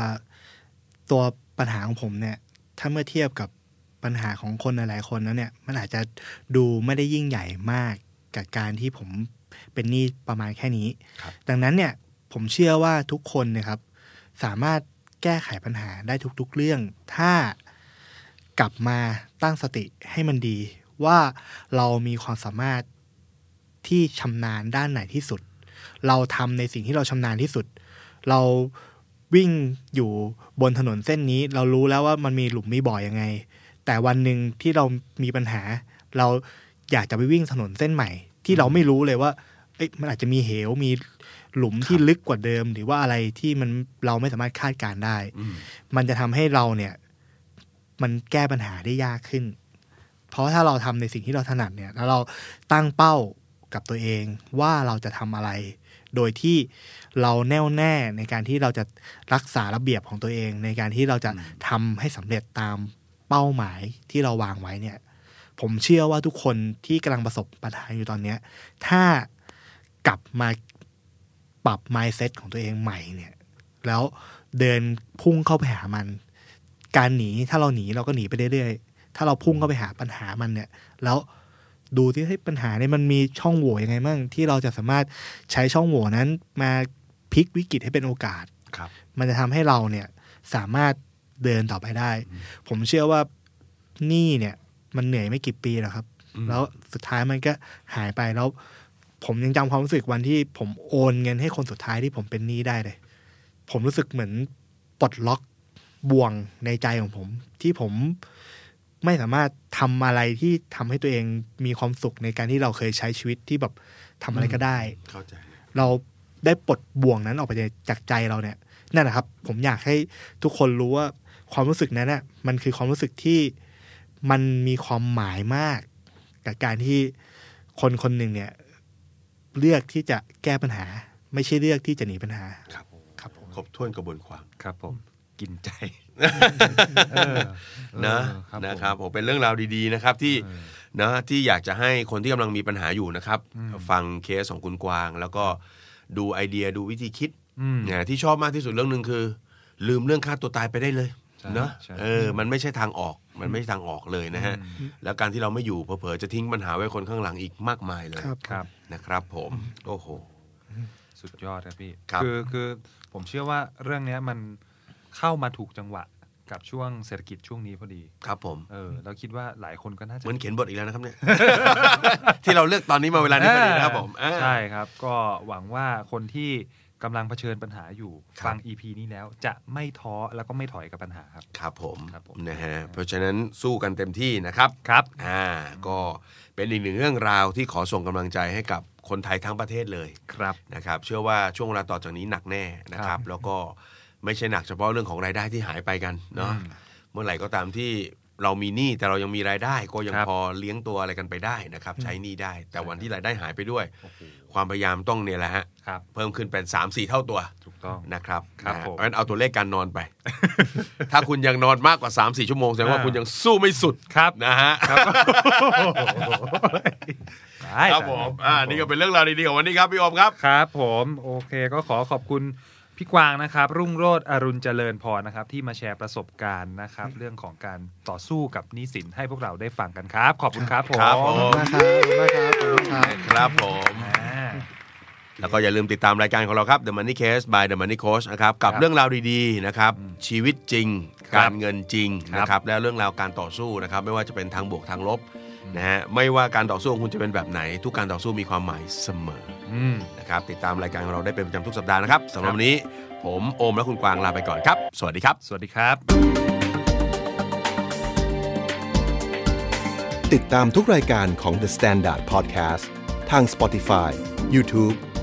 [SPEAKER 4] ตัวปัญหาของผมเนี่ย ถ้าเมื่อเทียบกับปัญหาของคนหลายๆคนนั้นเนี่ย มันอาจจะดูไม่ได้ยิ่งใหญ่มากกับการที่ผมเป็นหนี้ประมาณแค่นี้
[SPEAKER 3] ครับ
[SPEAKER 4] ดังนั้นเนี่ยผมเชื่อว่าทุกคนเนะครับ สามารถแก้ไขปัญหาได้ทุกๆเรื่อง ถ้ากลับมาตั้งสติให้มันดี ว่าเรามีความสามารถ ที่ชำนาญด้านไหนที่สุด เราทำในสิ่งที่เราชำนาญที่สุด เราวิ่งอยู่บนถนนเส้นนี้ เรารู้แล้วว่ามันมีหลุมมีบ่อยังไง แต่วันหนึ่งที่เรามีปัญหา เราอยากจะไปวิ่งถนนเส้นใหม่ ที่เราไม่รู้เลยว่าเอ๊ะมันอาจจะมีเหวมีหลุมที่ลึกกว่าเดิม หรือว่าอะไรที่มันเราไม่สามารถคาดการณ์ได้
[SPEAKER 3] อืม
[SPEAKER 4] มันจะทำให้เราเนี่ย มันแก้ปัญหาได้ยากขึ้น เพราะถ้าเราทำในสิ่งที่เราถนัดเนี่ย แล้วเราตั้งเป้ากับตัวเองว่าเราจะทำอะไร โดยที่เราแน่วแน่ในการที่เราจะรักษาระเบียบของตัวเอง ในการที่เราจะทำให้สำเร็จตามเป้าหมายที่เราวางไว้เนี่ย ผมเชื่อว่าทุกคนที่กำลังประสบปัญหาอยู่ตอนเนี้ย ถ้ากลับมาปรับ mindset ของตัวเองใหม่เนี่ย แล้วเดินพุ่งเข้าไปหามัน การหนีถ้าเราหนีเราก็หนีไปเรื่อยๆ ถ้าเราพุ่งเข้าไปหาปัญหามันเนี่ย แล้วดูที่ให้ยปัญหาเนี่ยมันมีช่องโหว่ยังไงบ้างที่เราจะสามารถใช้ช่องโหว่นั้นมาพลิกวิกฤตให้เป็นโอกาส
[SPEAKER 3] ครับ
[SPEAKER 4] มันจะทำให้เราเนี่ยสามารถเดินต่อไปได้ ผมเชื่อว่าหนี่เนี่ย มันเหนื่อยไม่กี่ปีหรอกครับ แล้วสุดท้ายมันก็หายไปแล้ว ผมยังจำความรู้สึกวันที่ผมโอนเงินให้คนสุดท้ายที่ผมเป็นหนี้ได้เลย ผมรู้สึกเหมือนปลดล็อกบ่วงในใจของผม ที่ผมไม่สามารถทำอะไรที่ทำให้ตัวเองมีความสุขในการที่เราเคยใช้ชีวิตที่แบบทำอะไรก็ได้
[SPEAKER 3] เข้าใจ
[SPEAKER 4] เราได้ปลดบ่วงนั้นออกไปจากใจเราเนี่ยนั่นแหละครับ ผมอยากให้ทุกคนรู้ว่าความรู้สึกนั้นน่ะมันคือความรู้สึกที่มันมีความหมายมาก กับการที่คนคนหนึ่งเนี่ย เลือกที่จะแก้ปัญหา ไม่ใช่เลือกที่จะหนีปัญหา
[SPEAKER 3] ครับ
[SPEAKER 4] ครับผม
[SPEAKER 3] ครบถ้วนกระบวนความ
[SPEAKER 2] ครับผม กินใจ เออ
[SPEAKER 3] นะ
[SPEAKER 2] เออ
[SPEAKER 3] นะครับผมเป็นเรื่องราวดีๆนะครับที่นะที่อยากจะให้คนที่กำลังมีปัญหาอยู่นะครับ ฟังเคสของคุณกวาง แล้วก็ดูไอเดียดูวิธีคิด
[SPEAKER 2] อืม
[SPEAKER 3] เนี่ยที่ชอบมากที่สุดเรื่องหนึ่งคือ ลืมเรื่องฆ่าตัวตายไปได้เลย
[SPEAKER 2] ใช่
[SPEAKER 3] เนอะ
[SPEAKER 2] ใช่
[SPEAKER 3] เออมันไม่ใช่ทางออกมันไม่ใช่ทางออกเลยนะฮะแล้วการที่เราไม่อยู่เผลอๆจะทิ้งปัญหาไว้คนข้างหลังอีกมากมายเลย
[SPEAKER 4] ครับ
[SPEAKER 2] ครับ
[SPEAKER 3] นะครับ ผมโอ้โห
[SPEAKER 2] สุดยอดครับพี่
[SPEAKER 3] ครับ
[SPEAKER 2] อคือผมเชื่อว่าเรื่องเนี้ยมันเข้ามาถูกจังหวะกับช่วงเศรษฐกิจช่วงนี้พอดี
[SPEAKER 3] ครับผม
[SPEAKER 2] เออ เราคิดว่าหลายคนก็น่าจะ
[SPEAKER 3] เหมือนเขียนบทอีกแล้วนะครับเนี่ย ที่เราเลือกตอนนี้มาเวลานี้พอดีนะครับผมอ่า
[SPEAKER 2] ใช่ครับ ก็หวังว่าคนที่กำลังเผชิญปัญหาอยู่
[SPEAKER 3] ครับ
[SPEAKER 2] ฟัง EP นี้แล้วจะไม่ท้อแล้วก็ไม่ถอยกับปัญหาครับ
[SPEAKER 3] ครับผม
[SPEAKER 2] ครับผม
[SPEAKER 3] นะฮะเพราะฉะนั้นสู้กันเต็มที่นะครับ
[SPEAKER 2] ครับ
[SPEAKER 3] อ่าก็เป็นอีกหนึ่งเรื่องราวที่ขอส่งกำลังใจให้กับคนไทยทั้งประเทศเลย
[SPEAKER 2] ครับ
[SPEAKER 3] นะครับ เชื่อว่าช่วงเวลาต่อจากนี้หนักแน่นะค
[SPEAKER 2] ครั
[SPEAKER 3] รับ
[SPEAKER 2] บ
[SPEAKER 3] แล้วก็ไม่ใช่หนักเฉพาะเรื่องของรายได้ที่หายไปกันเนาะ
[SPEAKER 2] อืม
[SPEAKER 3] เมื่อไหร่ก็ตามที่เรามีหนี้แต่เรายังมีรายได้ ก็ยัง
[SPEAKER 2] ครับ
[SPEAKER 3] พอเลี้ยงตัวอะไรกันไปได้นะครับ ใช้หนี้ได้ แต่วันที่รายได้หายไปด้วย ความพยายามต้องเนี่ยแหละฮะ
[SPEAKER 2] ครับ
[SPEAKER 3] เพิ่มขึ้นเป็น3 4 เท่าตัว
[SPEAKER 2] ถูกต้อง
[SPEAKER 3] นะครับ
[SPEAKER 2] ครับ
[SPEAKER 3] นะฮะ
[SPEAKER 2] ผม
[SPEAKER 3] เพราะฉะนั้นเอาตัวเลขการนอนไป ถ้าคุณยังนอนมากกว่า3 4ชั่วโมงแสดงว่าคุณยังสู้ไม่สุด
[SPEAKER 2] ครับ
[SPEAKER 3] นะฮะ
[SPEAKER 2] ครับได้
[SPEAKER 3] ครับผม อ่า นี่ก็เป็นเรื่องราวดีๆของวันนี้ครับพี่อมครับ
[SPEAKER 2] ครับผมโอเคก็ขอขอบคุณพี่กวางนะครับ รุ่งโรธอรุณเจริญพรนะครับ ที่มาแชร์ประสบการณ์นะครับ เรื่องของการต่อสู้กับหนี้สินให้พวกเราได้ฟังกันครับ ขอบคุณครับผม
[SPEAKER 3] ครับผ
[SPEAKER 4] ขอบคุณมากครับขอบคุณมากครับขอบคุณครั
[SPEAKER 3] ค
[SPEAKER 4] บ
[SPEAKER 3] รับผม
[SPEAKER 2] อ่า
[SPEAKER 3] แล้วก็อย่าลืมติดตามรายการของเราครับ The Money Case by The Money Coach นะครับ กับ
[SPEAKER 2] ครับ
[SPEAKER 3] เรื่องราวดีๆนะครับ ชีวิตจริง
[SPEAKER 2] ครับ
[SPEAKER 3] การเงินจริง
[SPEAKER 2] ครับ
[SPEAKER 3] นะครับ และเรื่องราวการต่อสู้นะครับ ไม่ว่าจะเป็นทางบวกทางลบนะฮะ ไม่ว่าการต่อสู้ของคุณจะเป็นแบบไหน ทุกการต่อสู้มีความหมายเสมอ
[SPEAKER 2] อืม
[SPEAKER 3] นะครับ ติดตามรายการของเราได้เป็นประจำทุกสัปดาห์นะครับสำหรับวันนี้ ผมโอมและคุณกวางลาไปก่อนครับ สวัสดีครับ
[SPEAKER 2] สวัสดีครับ
[SPEAKER 1] ติดตามทุกรายการของ The Standard Podcast ทาง Spotify, YouTube